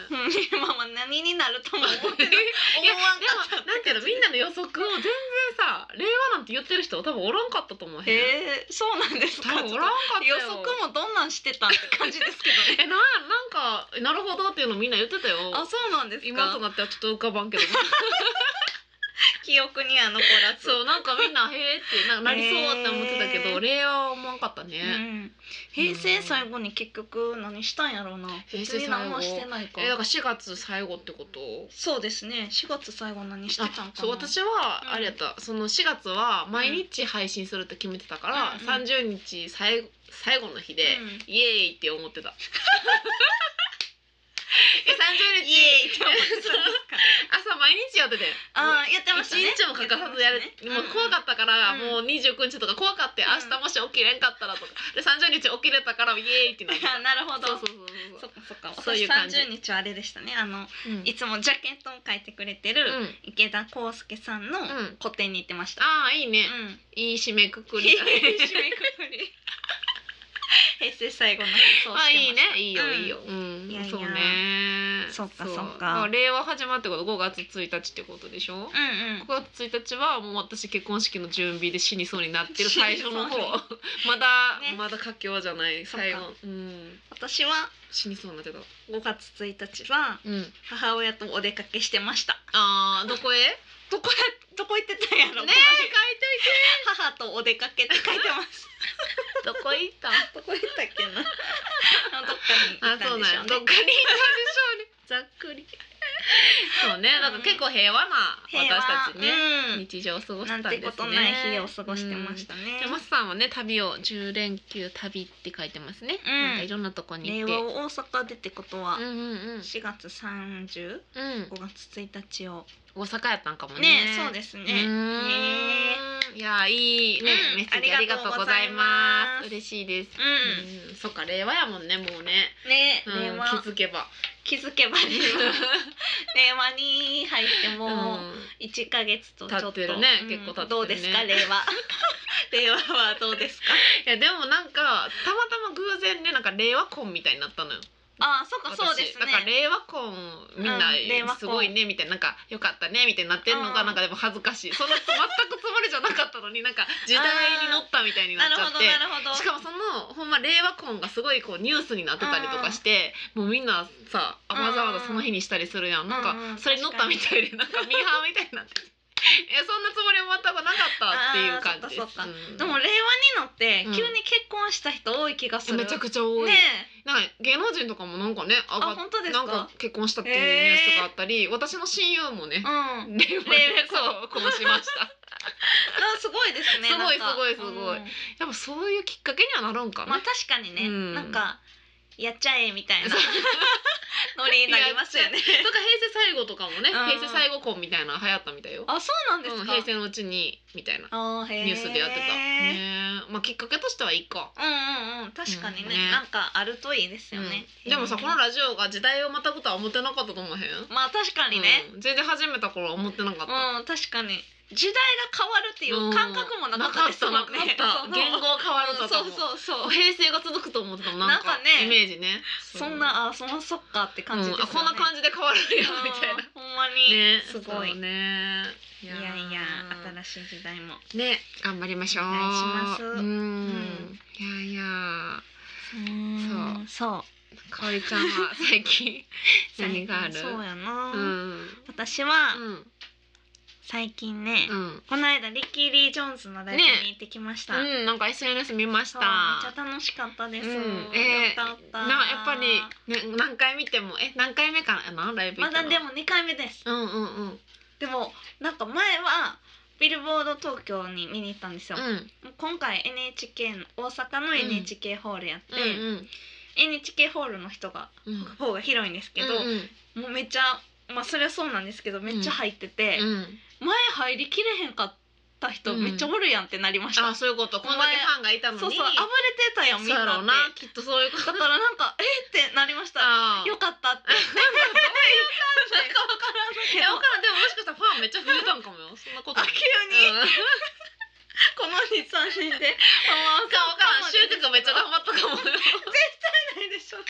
[SPEAKER 2] うんまあまあ何になるとも思っ てない
[SPEAKER 1] いや
[SPEAKER 2] 思わんかった
[SPEAKER 1] でもなんていうのみんなの予測を全然さ令和なんて言ってる人多分おらんかったと思うへん
[SPEAKER 2] へえそうなんです
[SPEAKER 1] 多
[SPEAKER 2] か
[SPEAKER 1] 分おらんかった
[SPEAKER 2] 予
[SPEAKER 1] よ
[SPEAKER 2] 測もどんなんしてたんって感じですけ どね
[SPEAKER 1] えなんやなんかえなるほどっていうのみんな言ってたよ
[SPEAKER 2] あそうなんです
[SPEAKER 1] 今
[SPEAKER 2] か
[SPEAKER 1] となってはちょっと浮かばんけど
[SPEAKER 2] 記憶には残らず
[SPEAKER 1] そうなんかみんなへえってなんかなりそうって思ってたけど、
[SPEAKER 2] へー
[SPEAKER 1] 令和は思わんかった
[SPEAKER 2] う
[SPEAKER 1] ね、
[SPEAKER 2] ん平成最後に結局何したんやろうな
[SPEAKER 1] 平
[SPEAKER 2] 別
[SPEAKER 1] 成
[SPEAKER 2] に
[SPEAKER 1] 最後
[SPEAKER 2] 何もしてないか
[SPEAKER 1] えだから4月最後ってこと
[SPEAKER 2] そうですね4月最後何してたんかな
[SPEAKER 1] あそう私
[SPEAKER 2] うん
[SPEAKER 1] はあれやった、その4月は毎日配信するって決めてたから、
[SPEAKER 2] うんうん
[SPEAKER 1] 30日最後最後の日で、
[SPEAKER 2] うん
[SPEAKER 1] イエーイって思 ってたえ30
[SPEAKER 2] イ
[SPEAKER 1] 日
[SPEAKER 2] エーイって思って たんですか
[SPEAKER 1] 朝毎日やってて
[SPEAKER 2] あーやってまし
[SPEAKER 1] 一
[SPEAKER 2] たね
[SPEAKER 1] 日も欠かさずやる、もう怖かったから、
[SPEAKER 2] うん
[SPEAKER 1] もう29日とか怖かって、
[SPEAKER 2] うん
[SPEAKER 1] 明日もし起きれんかったらとかで30日起きれたからイエーイってなって
[SPEAKER 2] あ
[SPEAKER 1] た
[SPEAKER 2] なるほど
[SPEAKER 1] そうそうそうそ
[SPEAKER 2] そっかそっか
[SPEAKER 1] そうい
[SPEAKER 2] 私
[SPEAKER 1] う感じ
[SPEAKER 2] 30日はあれでしたねあの
[SPEAKER 1] う、うん
[SPEAKER 2] いつもジャケットを描いてくれてる
[SPEAKER 1] うん
[SPEAKER 2] 池田康介さんの
[SPEAKER 1] ん
[SPEAKER 2] 個展に行ってました、
[SPEAKER 1] ああいいね、
[SPEAKER 2] うん
[SPEAKER 1] いい締めく くり
[SPEAKER 2] 締めくく り平成最後の日そうしてました
[SPEAKER 1] まあいいねいいよ
[SPEAKER 2] うん
[SPEAKER 1] いいよ、うん
[SPEAKER 2] いやいや
[SPEAKER 1] そうね
[SPEAKER 2] そっか
[SPEAKER 1] う
[SPEAKER 2] そっか
[SPEAKER 1] だら令和始まってこと5月1日ってことでしょ
[SPEAKER 2] うんうん
[SPEAKER 1] 5月1日はもう私結婚式の準備で死にそうになってる
[SPEAKER 2] 死にそ
[SPEAKER 1] 最
[SPEAKER 2] うに
[SPEAKER 1] 初の方 まだ、
[SPEAKER 2] ね
[SPEAKER 1] まだ佳境じゃない
[SPEAKER 2] そっか
[SPEAKER 1] 最後うん
[SPEAKER 2] 私は
[SPEAKER 1] 死にそうになってた
[SPEAKER 2] 5月1日は
[SPEAKER 1] うん
[SPEAKER 2] 母親とお出かけしてました
[SPEAKER 1] あーどこへね
[SPEAKER 2] どこへどこ行ってたんや
[SPEAKER 1] え
[SPEAKER 2] ろ
[SPEAKER 1] 書いとい
[SPEAKER 2] この
[SPEAKER 1] て
[SPEAKER 2] 前母とお出かけって書いてます
[SPEAKER 1] どこ行ったん
[SPEAKER 2] どこ行ったっけなあ どっかに行
[SPEAKER 1] あ
[SPEAKER 2] った
[SPEAKER 1] そ
[SPEAKER 2] ん
[SPEAKER 1] う
[SPEAKER 2] で
[SPEAKER 1] なん
[SPEAKER 2] し
[SPEAKER 1] や
[SPEAKER 2] ょう
[SPEAKER 1] どっかに行ったんでしょうねざっくりそうねなんか結構平和な
[SPEAKER 2] ね
[SPEAKER 1] 私たちね、
[SPEAKER 2] うん
[SPEAKER 1] 日常を過ごし
[SPEAKER 2] な
[SPEAKER 1] た
[SPEAKER 2] ん
[SPEAKER 1] んです
[SPEAKER 2] て
[SPEAKER 1] ね。
[SPEAKER 2] ことない日を過ごしてました
[SPEAKER 1] うん。
[SPEAKER 2] ね
[SPEAKER 1] で。マスさんはね旅を10連休旅って書いてますね。
[SPEAKER 2] うん
[SPEAKER 1] なんかいろんなとこに行
[SPEAKER 2] 令
[SPEAKER 1] って。
[SPEAKER 2] 和を大阪出てことは
[SPEAKER 1] うんうんうん。
[SPEAKER 2] 4月30、
[SPEAKER 1] うん。
[SPEAKER 2] 5月1日を
[SPEAKER 1] 大阪やったんかもね。
[SPEAKER 2] ねそうですね。
[SPEAKER 1] うーん
[SPEAKER 2] ね
[SPEAKER 1] いやいいね、
[SPEAKER 2] うん
[SPEAKER 1] メッセージありがとうござい
[SPEAKER 2] あり
[SPEAKER 1] ます
[SPEAKER 2] がとうございま
[SPEAKER 1] す。嬉しいです。
[SPEAKER 2] う
[SPEAKER 1] うんそっか令和やもんねもうね、
[SPEAKER 2] ん。ね
[SPEAKER 1] うん
[SPEAKER 2] 令和
[SPEAKER 1] 気づけば。
[SPEAKER 2] 気づけ ば令和令和に入って もう1ヶ月とちょっと
[SPEAKER 1] 経ってるね
[SPEAKER 2] うん
[SPEAKER 1] 結構経ってるね
[SPEAKER 2] どうですか令 和令和はどうですか。
[SPEAKER 1] いやでもなんかたまたま偶然ねなんか令和婚みたいになったのよ。
[SPEAKER 2] あそうかそうですね
[SPEAKER 1] 私。だから令和婚みんな
[SPEAKER 2] うん令和婚
[SPEAKER 1] すごいねみたいななんかよかったねみたいになってんの
[SPEAKER 2] う
[SPEAKER 1] が
[SPEAKER 2] ん
[SPEAKER 1] なんかでも恥ずかしいその全くつもりじゃなかったのになんか時代に乗ったみたいになっ
[SPEAKER 2] な
[SPEAKER 1] ちゃ
[SPEAKER 2] るほ
[SPEAKER 1] っ
[SPEAKER 2] ど
[SPEAKER 1] て
[SPEAKER 2] なるほど。
[SPEAKER 1] しかもそのほんま令和婚がすごいこうニュースになってたりとかしてもうみんなさあわざわざその日にしたりするやんなんか
[SPEAKER 2] うんうん
[SPEAKER 1] それに乗ったみたいでなんかミーハーみたいになっててえそんなつもりは全くなかったっていう感じです
[SPEAKER 2] あーそっかそっ
[SPEAKER 1] うん
[SPEAKER 2] でも令和になって
[SPEAKER 1] うん
[SPEAKER 2] 急に結婚した人多い気がする。
[SPEAKER 1] めちゃくちゃ多い、
[SPEAKER 2] ね
[SPEAKER 1] なんか芸能人とかもなんかね上
[SPEAKER 2] あ
[SPEAKER 1] がっ
[SPEAKER 2] 本当です
[SPEAKER 1] な
[SPEAKER 2] か。
[SPEAKER 1] んか結婚したっていうニュースがあったり、私の親友もね、
[SPEAKER 2] うん。
[SPEAKER 1] 令和でそう婚しました。
[SPEAKER 2] あすごいですね。
[SPEAKER 1] すごい
[SPEAKER 2] なんか
[SPEAKER 1] すごいすごい
[SPEAKER 2] うん
[SPEAKER 1] やっぱそういうきっかけにはなるんか
[SPEAKER 2] まあ
[SPEAKER 1] な。
[SPEAKER 2] 確かにね、
[SPEAKER 1] うん
[SPEAKER 2] なんかやっちゃえみたいな。
[SPEAKER 1] そう
[SPEAKER 2] ノリになりますよね。
[SPEAKER 1] とか平成最後とかもね、
[SPEAKER 2] うん
[SPEAKER 1] 平成最後婚みたいなの流行ったみたいよ。
[SPEAKER 2] あ、そうなんです
[SPEAKER 1] うん、
[SPEAKER 2] か。
[SPEAKER 1] 平成のうちにみたいな
[SPEAKER 2] あーへ
[SPEAKER 1] ニュースでやってた。ねえまあきっかけとしてはいいか。
[SPEAKER 2] うんうんうん、確かにね、
[SPEAKER 1] うんね
[SPEAKER 2] なんかあるといいですよね。
[SPEAKER 1] うんでもさこのラジオが時代をまたぐとは思ってなかったと思わへん
[SPEAKER 2] まあ確かにね、
[SPEAKER 1] うん全然始めた頃は思ってなかっ
[SPEAKER 2] う
[SPEAKER 1] た、
[SPEAKER 2] ん、確かに時代が変わるっていう感覚もなかったですもん
[SPEAKER 1] なか
[SPEAKER 2] ね。
[SPEAKER 1] ったなかった言語変わる
[SPEAKER 2] そ
[SPEAKER 1] と
[SPEAKER 2] う
[SPEAKER 1] かも、
[SPEAKER 2] そうそう。
[SPEAKER 1] 平成が続くと思ってたもんなんか
[SPEAKER 2] なんかね
[SPEAKER 1] イメージねう
[SPEAKER 2] そんなあそのそっかって感じですよね。
[SPEAKER 1] うんあこんな感じで変わるんやみたいな
[SPEAKER 2] うんほんまに、
[SPEAKER 1] ね
[SPEAKER 2] すごい
[SPEAKER 1] そうねい
[SPEAKER 2] いやいや
[SPEAKER 1] し
[SPEAKER 2] 新しい時代も
[SPEAKER 1] いね頑張りましょう
[SPEAKER 2] お願いします
[SPEAKER 1] うん、
[SPEAKER 2] ん
[SPEAKER 1] いやいや
[SPEAKER 2] そうそう
[SPEAKER 1] かおりちゃんは最 近何がある
[SPEAKER 2] そうやな、
[SPEAKER 1] うん
[SPEAKER 2] 私は
[SPEAKER 1] うん
[SPEAKER 2] 最近ね、
[SPEAKER 1] うん
[SPEAKER 2] この間リッキー・リー・ジョーンズのライブ
[SPEAKER 1] ね
[SPEAKER 2] に行ってきました、
[SPEAKER 1] うん、なんか SNS 見まし
[SPEAKER 2] そ
[SPEAKER 1] た
[SPEAKER 2] うめっちゃ楽しかったです、
[SPEAKER 1] うん
[SPEAKER 2] よ
[SPEAKER 1] えー
[SPEAKER 2] かった
[SPEAKER 1] なやっぱり、ね、何回見てもえ何回目かなライブ行
[SPEAKER 2] ま
[SPEAKER 1] った
[SPEAKER 2] だ
[SPEAKER 1] の
[SPEAKER 2] でも2回目です
[SPEAKER 1] うんうんうん
[SPEAKER 2] でもなんか前はビルボード東京に見に行ったんですよ、
[SPEAKER 1] うん
[SPEAKER 2] 今回 NHK の大阪の NHK ホールやって、
[SPEAKER 1] うん
[SPEAKER 2] NHK ホールの人が
[SPEAKER 1] うん
[SPEAKER 2] 方が広いんですけど、
[SPEAKER 1] うんうん
[SPEAKER 2] もうめっちゃまあそりゃそうなんですけどめっちゃ入ってて、
[SPEAKER 1] うん
[SPEAKER 2] 前入りきれへんかった人
[SPEAKER 1] うん
[SPEAKER 2] めっちゃおるやんってなりました、
[SPEAKER 1] あそういうことこんだけファンがいたのに
[SPEAKER 2] そうそうあぶれてたやんみん
[SPEAKER 1] そうや
[SPEAKER 2] な
[SPEAKER 1] ろ
[SPEAKER 2] っ
[SPEAKER 1] う
[SPEAKER 2] て
[SPEAKER 1] なきっとそういうこ
[SPEAKER 2] だ
[SPEAKER 1] と
[SPEAKER 2] からなんかえっってなりました
[SPEAKER 1] あー
[SPEAKER 2] よかったってなんかわからんけ
[SPEAKER 1] え
[SPEAKER 2] ど
[SPEAKER 1] 分からんでももしかしたらファンめっちゃ増えたんかもよそんなこと
[SPEAKER 2] あ
[SPEAKER 1] ない
[SPEAKER 2] 急に、この23年であ
[SPEAKER 1] 分からん分からん集客めっちゃ頑張ったかもよ
[SPEAKER 2] ないでしょそれ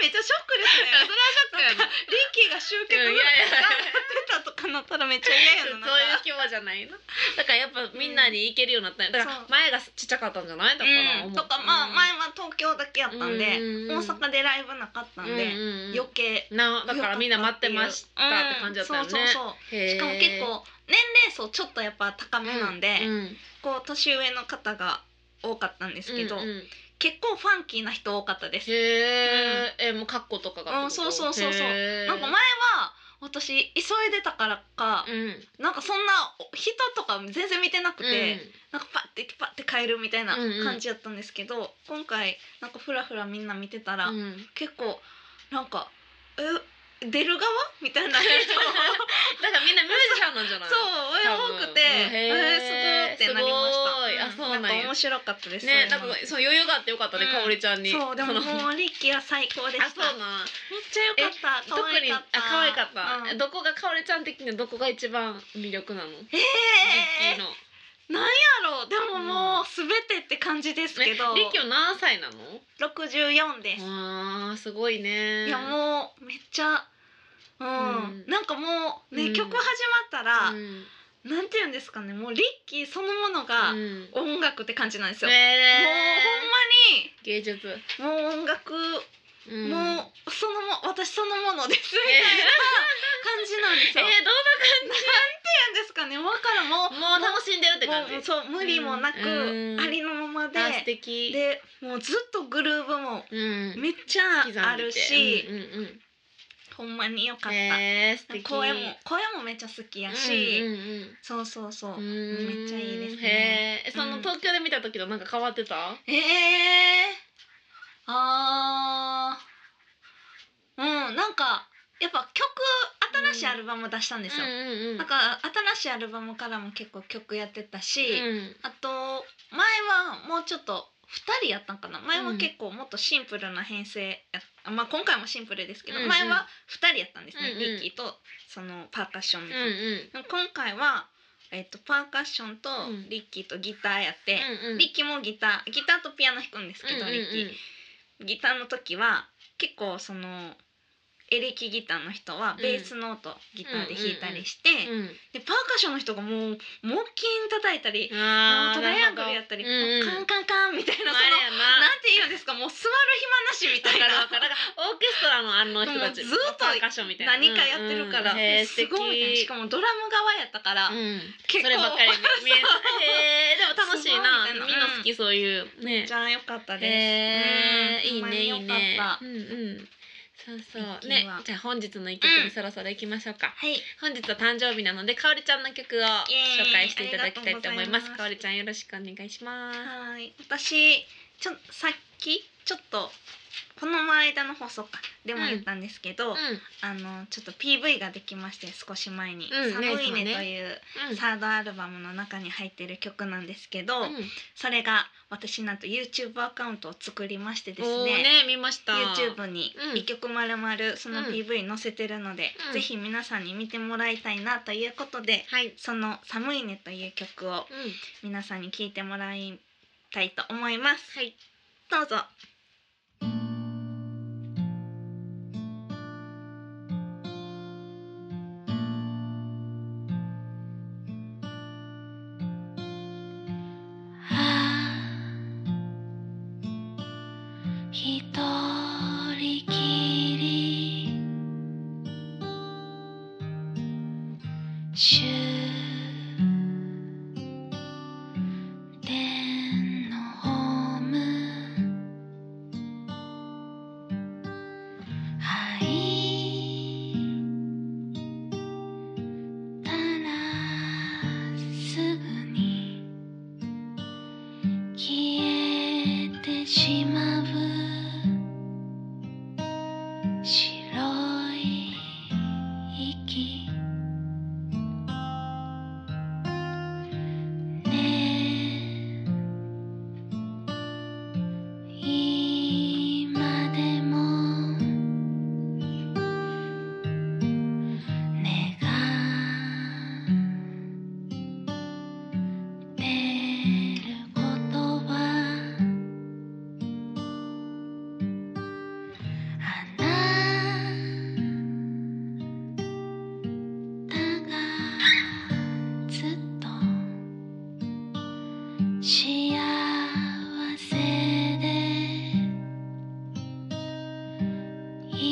[SPEAKER 2] めっちゃショックです
[SPEAKER 1] いやそれは
[SPEAKER 2] ね
[SPEAKER 1] ショックやな
[SPEAKER 2] リッキーが集客
[SPEAKER 1] うんいやい
[SPEAKER 2] や
[SPEAKER 1] やいや
[SPEAKER 2] ってたとかなったらめっちゃ嫌
[SPEAKER 1] そうい
[SPEAKER 2] や
[SPEAKER 1] う
[SPEAKER 2] ななんか
[SPEAKER 1] 規模じゃないなだからやっぱみんなに行けるようになったんやだか
[SPEAKER 2] そう
[SPEAKER 1] ら前がちっちゃかったんじゃないだから
[SPEAKER 2] う
[SPEAKER 1] 思
[SPEAKER 2] ん、
[SPEAKER 1] う
[SPEAKER 2] とかまあ前は東京だけやったんで
[SPEAKER 1] うん
[SPEAKER 2] 大阪でライブなかったんで
[SPEAKER 1] うんうん
[SPEAKER 2] 余計
[SPEAKER 1] なだからみんな待ってましたって感じだったよね
[SPEAKER 2] うんそうそうそう
[SPEAKER 1] へー
[SPEAKER 2] しかも結構年齢層ちょっとやっぱ高めなんで、
[SPEAKER 1] うん
[SPEAKER 2] こう年上の方が多かったんですけど、
[SPEAKER 1] うんうん
[SPEAKER 2] 結構ファンキーな人多かったで
[SPEAKER 1] へ
[SPEAKER 2] す。
[SPEAKER 1] ーえもうカッコとかがってこと
[SPEAKER 2] うんそうそうそうそう
[SPEAKER 1] へー
[SPEAKER 2] なんか前は私急いでたからか、
[SPEAKER 1] うん
[SPEAKER 2] なんかそんな人とか全然見てなくて、なんかパッてパッて帰るみたいな
[SPEAKER 1] うんうん
[SPEAKER 2] 感じやったんですけど、今回なんかフラフラみんな見てたら、
[SPEAKER 1] うんうん
[SPEAKER 2] 結構なんかえ出る側みたい な人
[SPEAKER 1] だからみんなミュージシャンなんじゃない
[SPEAKER 2] そう
[SPEAKER 1] 多分
[SPEAKER 2] 多くて、
[SPEAKER 1] うんへ
[SPEAKER 2] え
[SPEAKER 1] ー
[SPEAKER 2] ーすごいってなりまし
[SPEAKER 1] す
[SPEAKER 2] た。
[SPEAKER 1] ごいあそうなんや
[SPEAKER 2] か面白かったです。
[SPEAKER 1] ね
[SPEAKER 2] そ
[SPEAKER 1] な
[SPEAKER 2] うんいう
[SPEAKER 1] か
[SPEAKER 2] の
[SPEAKER 1] そう余裕があってよかったね
[SPEAKER 2] う
[SPEAKER 1] か
[SPEAKER 2] ん
[SPEAKER 1] おりちゃんに
[SPEAKER 2] そうでも
[SPEAKER 1] の
[SPEAKER 2] もうリッキーは最高でし
[SPEAKER 1] あそ
[SPEAKER 2] た。
[SPEAKER 1] うなん
[SPEAKER 2] めっちゃ良かった。
[SPEAKER 1] 特
[SPEAKER 2] 可愛
[SPEAKER 1] に
[SPEAKER 2] か
[SPEAKER 1] あ可愛かった、
[SPEAKER 2] った。うん
[SPEAKER 1] どこがかおりちゃん的にはどこが一番魅力なのえリッ
[SPEAKER 2] ええ
[SPEAKER 1] キーの
[SPEAKER 2] やろうでももうすべてって感じですけど。
[SPEAKER 1] ねリッキーは何歳なの
[SPEAKER 2] 六十四です。
[SPEAKER 1] あーすごいね
[SPEAKER 2] いやもうめっちゃ。うん
[SPEAKER 1] うん
[SPEAKER 2] なんかもう
[SPEAKER 1] う
[SPEAKER 2] ね、
[SPEAKER 1] ん
[SPEAKER 2] 曲始まったら、
[SPEAKER 1] うん
[SPEAKER 2] なんて言うんですかねもうリッキーそのものが
[SPEAKER 1] うん
[SPEAKER 2] 音楽って感じなんですよ、もうほん
[SPEAKER 1] え
[SPEAKER 2] まに
[SPEAKER 1] ー、芸術、
[SPEAKER 2] もう音楽、
[SPEAKER 1] うん
[SPEAKER 2] もうそのも私そのものですみ
[SPEAKER 1] えー
[SPEAKER 2] たいな感じなんです
[SPEAKER 1] えー、ど
[SPEAKER 2] よ。
[SPEAKER 1] う
[SPEAKER 2] なんて
[SPEAKER 1] だ
[SPEAKER 2] 言うんですかね、わからんもう
[SPEAKER 1] もう楽しんでるって感じ
[SPEAKER 2] もうそう無理もなく、
[SPEAKER 1] うん
[SPEAKER 2] ありのままで
[SPEAKER 1] あ素敵
[SPEAKER 2] でもうずっとグルーブも
[SPEAKER 1] うん
[SPEAKER 2] めっちゃあるし、
[SPEAKER 1] うんうんうん
[SPEAKER 2] ほんまによかった。
[SPEAKER 1] えー、素敵
[SPEAKER 2] 声も声もめっちゃ好きやし、
[SPEAKER 1] うんうんうん
[SPEAKER 2] そうそうそう。
[SPEAKER 1] う
[SPEAKER 2] め
[SPEAKER 1] ん
[SPEAKER 2] っちゃいいです
[SPEAKER 1] へ
[SPEAKER 2] ね
[SPEAKER 1] ーえその
[SPEAKER 2] うん
[SPEAKER 1] 東京で見た時となんか変わってた？
[SPEAKER 2] ええー、あーうんなんかやっぱ曲新しいアルバム出したんですよ。
[SPEAKER 1] うんうん
[SPEAKER 2] なんか新しいアルバムからも結構曲やってたし、
[SPEAKER 1] うん
[SPEAKER 2] あと前はもうちょっと2人やったんかな前は結構もっとシンプルな編成やっまあ今回もシンプルですけど、
[SPEAKER 1] うんうん
[SPEAKER 2] 前は2人やったんですね、
[SPEAKER 1] うんうん
[SPEAKER 2] リッキーとそのパーカッションみ
[SPEAKER 1] うん
[SPEAKER 2] たいな、今回は、えっとパーカッションと
[SPEAKER 1] うん
[SPEAKER 2] リッキーとギターやって、
[SPEAKER 1] うんうん
[SPEAKER 2] リッキーもギターギターとピアノ弾くんですけど、
[SPEAKER 1] うんうん
[SPEAKER 2] リ
[SPEAKER 1] うん
[SPEAKER 2] ッキーギターの時は結構そのエレキギターの人はベースノートギターで弾いたりして、
[SPEAKER 1] うん
[SPEAKER 2] でパーカッションの人がもう木琴叩いたり
[SPEAKER 1] あー
[SPEAKER 2] トライアングルやったり、
[SPEAKER 1] なるほどうんうん
[SPEAKER 2] カンカンカンみたいなそ
[SPEAKER 1] あれや
[SPEAKER 2] のな
[SPEAKER 1] なん
[SPEAKER 2] て言うんですかもう座る暇なしみたいな
[SPEAKER 1] わかるわかるオーケストラのあの人たち
[SPEAKER 2] もうずっと
[SPEAKER 1] パーカッションみたいな
[SPEAKER 2] 何かやってるか
[SPEAKER 1] う
[SPEAKER 2] ら、
[SPEAKER 1] んうんへー
[SPEAKER 2] すごいみた
[SPEAKER 1] 素敵
[SPEAKER 2] いなしかもドラム側やったから、
[SPEAKER 1] うん
[SPEAKER 2] 結構
[SPEAKER 1] そればっかり見えるへえでも楽しいな
[SPEAKER 2] すごいみ
[SPEAKER 1] みんな
[SPEAKER 2] たいな
[SPEAKER 1] 好きそういうね
[SPEAKER 2] じゃあよかったで
[SPEAKER 1] へえ
[SPEAKER 2] す、うん
[SPEAKER 1] いいねいい
[SPEAKER 2] ほんまに
[SPEAKER 1] ね
[SPEAKER 2] よかった
[SPEAKER 1] うんうんそう
[SPEAKER 2] 一
[SPEAKER 1] そう
[SPEAKER 2] 気に
[SPEAKER 1] ね
[SPEAKER 2] は
[SPEAKER 1] じゃあ本日の一曲にそろそろ行きましょうか
[SPEAKER 2] はい
[SPEAKER 1] 本日は誕生日なのでかおりちゃんの曲を
[SPEAKER 2] イエーイ
[SPEAKER 1] 紹介していただきたいと思いま
[SPEAKER 2] ありがとうございますす
[SPEAKER 1] かおりちゃんよろしくお願いします
[SPEAKER 2] はい私ちょさっきちょっとこの間の放送かでも言ったんですけど、
[SPEAKER 1] う
[SPEAKER 2] あのちょっと PV ができまして少し前に「
[SPEAKER 1] うん
[SPEAKER 2] 寒いね」
[SPEAKER 1] ね
[SPEAKER 2] という
[SPEAKER 1] うん
[SPEAKER 2] サードアルバムの中に入ってる曲なんですけど、
[SPEAKER 1] うん
[SPEAKER 2] それが私なんと YouTube アカウントを作りましてです
[SPEAKER 1] おー
[SPEAKER 2] ね
[SPEAKER 1] ね見ました。
[SPEAKER 2] YouTube に
[SPEAKER 1] うん
[SPEAKER 2] 一曲まるまるその
[SPEAKER 1] うん
[SPEAKER 2] PV 載せてるので、
[SPEAKER 1] うん
[SPEAKER 2] ぜひ皆さんに見てもらいたいなということで、
[SPEAKER 1] はい。
[SPEAKER 2] その「寒いね」という曲を
[SPEAKER 1] うん。
[SPEAKER 2] 皆さんに聴いてもらいたいと思います。
[SPEAKER 1] はい。
[SPEAKER 2] どうぞ
[SPEAKER 3] ひとりきり終電のホームはいたらすぐに消えてしまう白い息ねえ今でも願う「出ることは」「あなたがずっと幸せでい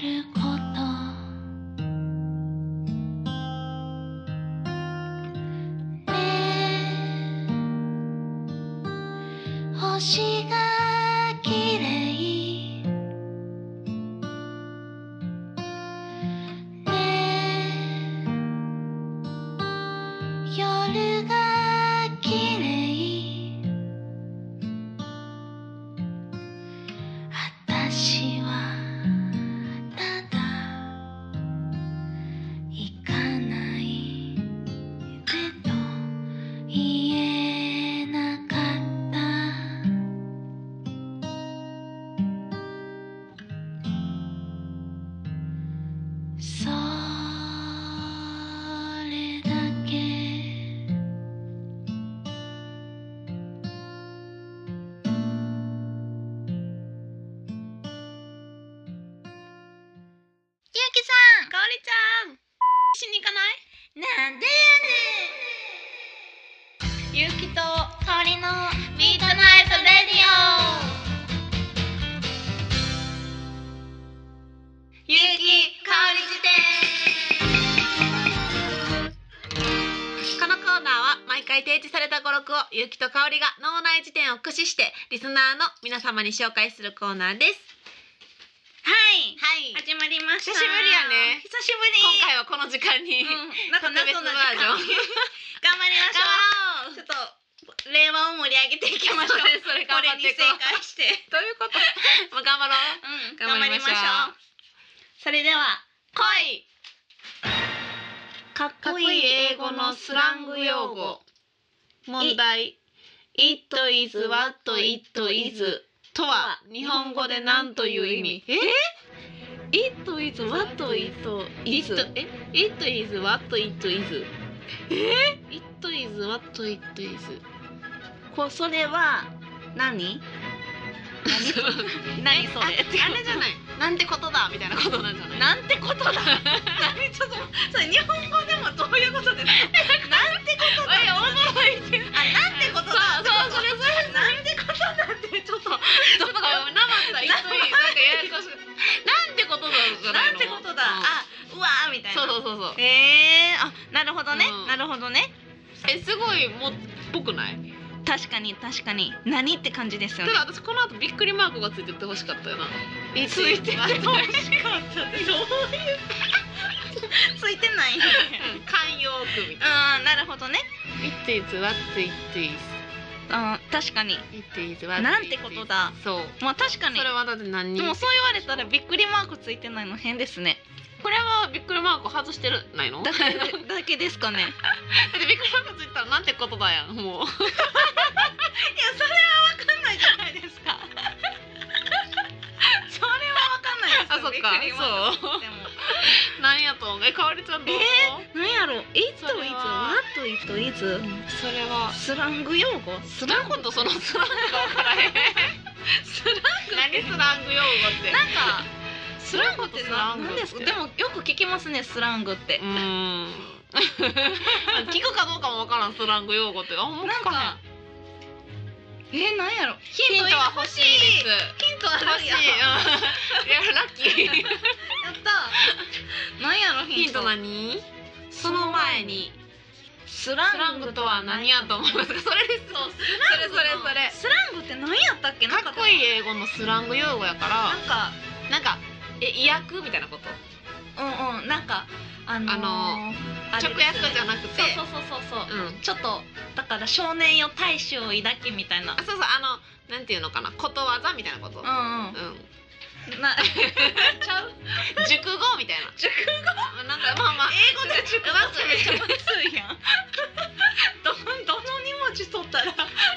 [SPEAKER 3] ること」「星がきれい」「ね夜がきれい」「あたしはただ行かない」「でと言えなかった」「それだけ」
[SPEAKER 2] ゆうきさんかおりちゃん
[SPEAKER 1] しに行かない？
[SPEAKER 2] なんでやねんゆうきとかおりの
[SPEAKER 3] ミートナイトレディオ
[SPEAKER 2] ゆうきかおり辞
[SPEAKER 1] このコーナーは毎回提示された語録をゆうきとかおりが脳内辞典を駆使してリスナーの皆様に紹介するコーナーです。
[SPEAKER 2] はい
[SPEAKER 1] はい
[SPEAKER 2] 始まりました
[SPEAKER 1] 久しぶりやね
[SPEAKER 2] 久しぶ
[SPEAKER 1] 今
[SPEAKER 2] り
[SPEAKER 1] 回はこの時間 に、
[SPEAKER 2] うん、なんか謎の時間
[SPEAKER 1] 特別バージョン
[SPEAKER 2] に頑張りましょ
[SPEAKER 1] 頑張ろう
[SPEAKER 2] うちょっと令和を盛り上げていきまし
[SPEAKER 1] そう
[SPEAKER 2] ょう。
[SPEAKER 1] ですそれ頑張っていこう
[SPEAKER 2] これに正解して、
[SPEAKER 1] どういう こと？もう頑張ろう。頑張
[SPEAKER 2] うん
[SPEAKER 1] りましょう
[SPEAKER 2] う。それでは
[SPEAKER 1] 恋。
[SPEAKER 2] かっ
[SPEAKER 1] かっこいい英語のスラング用語。問題 It is what it is とは日本語で何という意味え ?It is what it is It is what it is え ?It is what it is
[SPEAKER 2] こうそれは何？ 何そ
[SPEAKER 1] あ
[SPEAKER 2] れ？
[SPEAKER 1] あれじゃないなんてことだみたいなことなんじゃない
[SPEAKER 2] なんてことだ。 何ちょっとそれ日本語でもどういうことですか？なんてことだ。あなんてことだ。
[SPEAKER 1] そうそうそれ
[SPEAKER 2] それ。なんてことだってちょっと
[SPEAKER 1] ちょっと生さ It is なんかややこしいなんてことだじゃない
[SPEAKER 2] なん
[SPEAKER 1] の
[SPEAKER 2] てことだ。あうわーみたいな。
[SPEAKER 1] そうそうそうそう
[SPEAKER 2] えー、あなるほどね、
[SPEAKER 1] うん
[SPEAKER 2] なるほどね
[SPEAKER 1] えすごいもっぽくない
[SPEAKER 2] 確かに確かに何って感じです
[SPEAKER 1] た
[SPEAKER 2] よね
[SPEAKER 1] だ私この後びっくりマークがついてってほしかったよな
[SPEAKER 2] ついてて
[SPEAKER 1] うん
[SPEAKER 2] 欲しかったってどういうついてないよね
[SPEAKER 1] 慣用句みたいな
[SPEAKER 2] うんなるほどね
[SPEAKER 1] 「It is what it is」
[SPEAKER 2] あー確かに
[SPEAKER 1] It is what
[SPEAKER 2] なんてことだ
[SPEAKER 1] it is そう
[SPEAKER 2] まあ確かに
[SPEAKER 1] それはだって何
[SPEAKER 2] で
[SPEAKER 1] 人
[SPEAKER 2] もそう言われたらびっくりマークついてないの変ですね
[SPEAKER 1] これはびっくりマーク外してるないの
[SPEAKER 2] だ
[SPEAKER 1] だ
[SPEAKER 2] け
[SPEAKER 1] ってびっく
[SPEAKER 2] だけですかね いや
[SPEAKER 1] りマークついてたらなんてことだやん もう
[SPEAKER 2] それは分かんないじゃないですか それは分かんないですよ
[SPEAKER 1] あそっか
[SPEAKER 2] びっくりマークついても
[SPEAKER 1] なんやと思うえかおりちゃんどう、
[SPEAKER 2] なんやろ「いつ
[SPEAKER 1] そ
[SPEAKER 2] と
[SPEAKER 1] れ
[SPEAKER 2] いつ」
[SPEAKER 1] は
[SPEAKER 2] 「といつ」「いつ
[SPEAKER 1] それ」は
[SPEAKER 2] スラング用語
[SPEAKER 1] スラングとそのスラングが分からへん
[SPEAKER 2] スラング
[SPEAKER 1] 何スラング用語って
[SPEAKER 2] なんか
[SPEAKER 1] スラングとスラング
[SPEAKER 2] な
[SPEAKER 1] っ
[SPEAKER 2] ん
[SPEAKER 1] て
[SPEAKER 2] ですかでもよく聞きますねスラングって
[SPEAKER 1] う、ーん聞くかどうかも分からんスラング用語ってあんま
[SPEAKER 2] なん
[SPEAKER 1] 聞かない
[SPEAKER 2] かえなんやろ
[SPEAKER 1] ヒントは欲しいです
[SPEAKER 2] ヒントは
[SPEAKER 1] 欲
[SPEAKER 2] 欲
[SPEAKER 1] し
[SPEAKER 2] し
[SPEAKER 1] い
[SPEAKER 2] い
[SPEAKER 1] うんいやラッキー
[SPEAKER 2] やったなんやろヒン ト
[SPEAKER 1] ヒント何その前に
[SPEAKER 2] ス
[SPEAKER 1] スラングとは何やと思いますかそれですそうそれそれそれ
[SPEAKER 2] スラングって何やったっけ
[SPEAKER 1] かっこいい
[SPEAKER 2] い
[SPEAKER 1] 英語のスラング用語やか
[SPEAKER 2] なん
[SPEAKER 1] ら
[SPEAKER 2] か
[SPEAKER 1] なんかえ意訳みたいなこと
[SPEAKER 2] うんうんなんかあのー
[SPEAKER 1] あの
[SPEAKER 2] あれ
[SPEAKER 1] 直
[SPEAKER 2] です
[SPEAKER 1] 訳じゃなくて
[SPEAKER 2] そうそうそうそうそう、
[SPEAKER 1] うん
[SPEAKER 2] ちょっとだから少年よ大志を抱きみたいな
[SPEAKER 1] あそうそうあのなんていうのかなことわざみたいなこと
[SPEAKER 2] うん
[SPEAKER 1] うん
[SPEAKER 2] うんな ちゃう
[SPEAKER 1] 熟語みたいな
[SPEAKER 2] 熟
[SPEAKER 1] 語なんかまあまあ
[SPEAKER 2] 英語で熟語
[SPEAKER 1] なんか
[SPEAKER 2] めっちゃむずいやんどどの2文字取ったら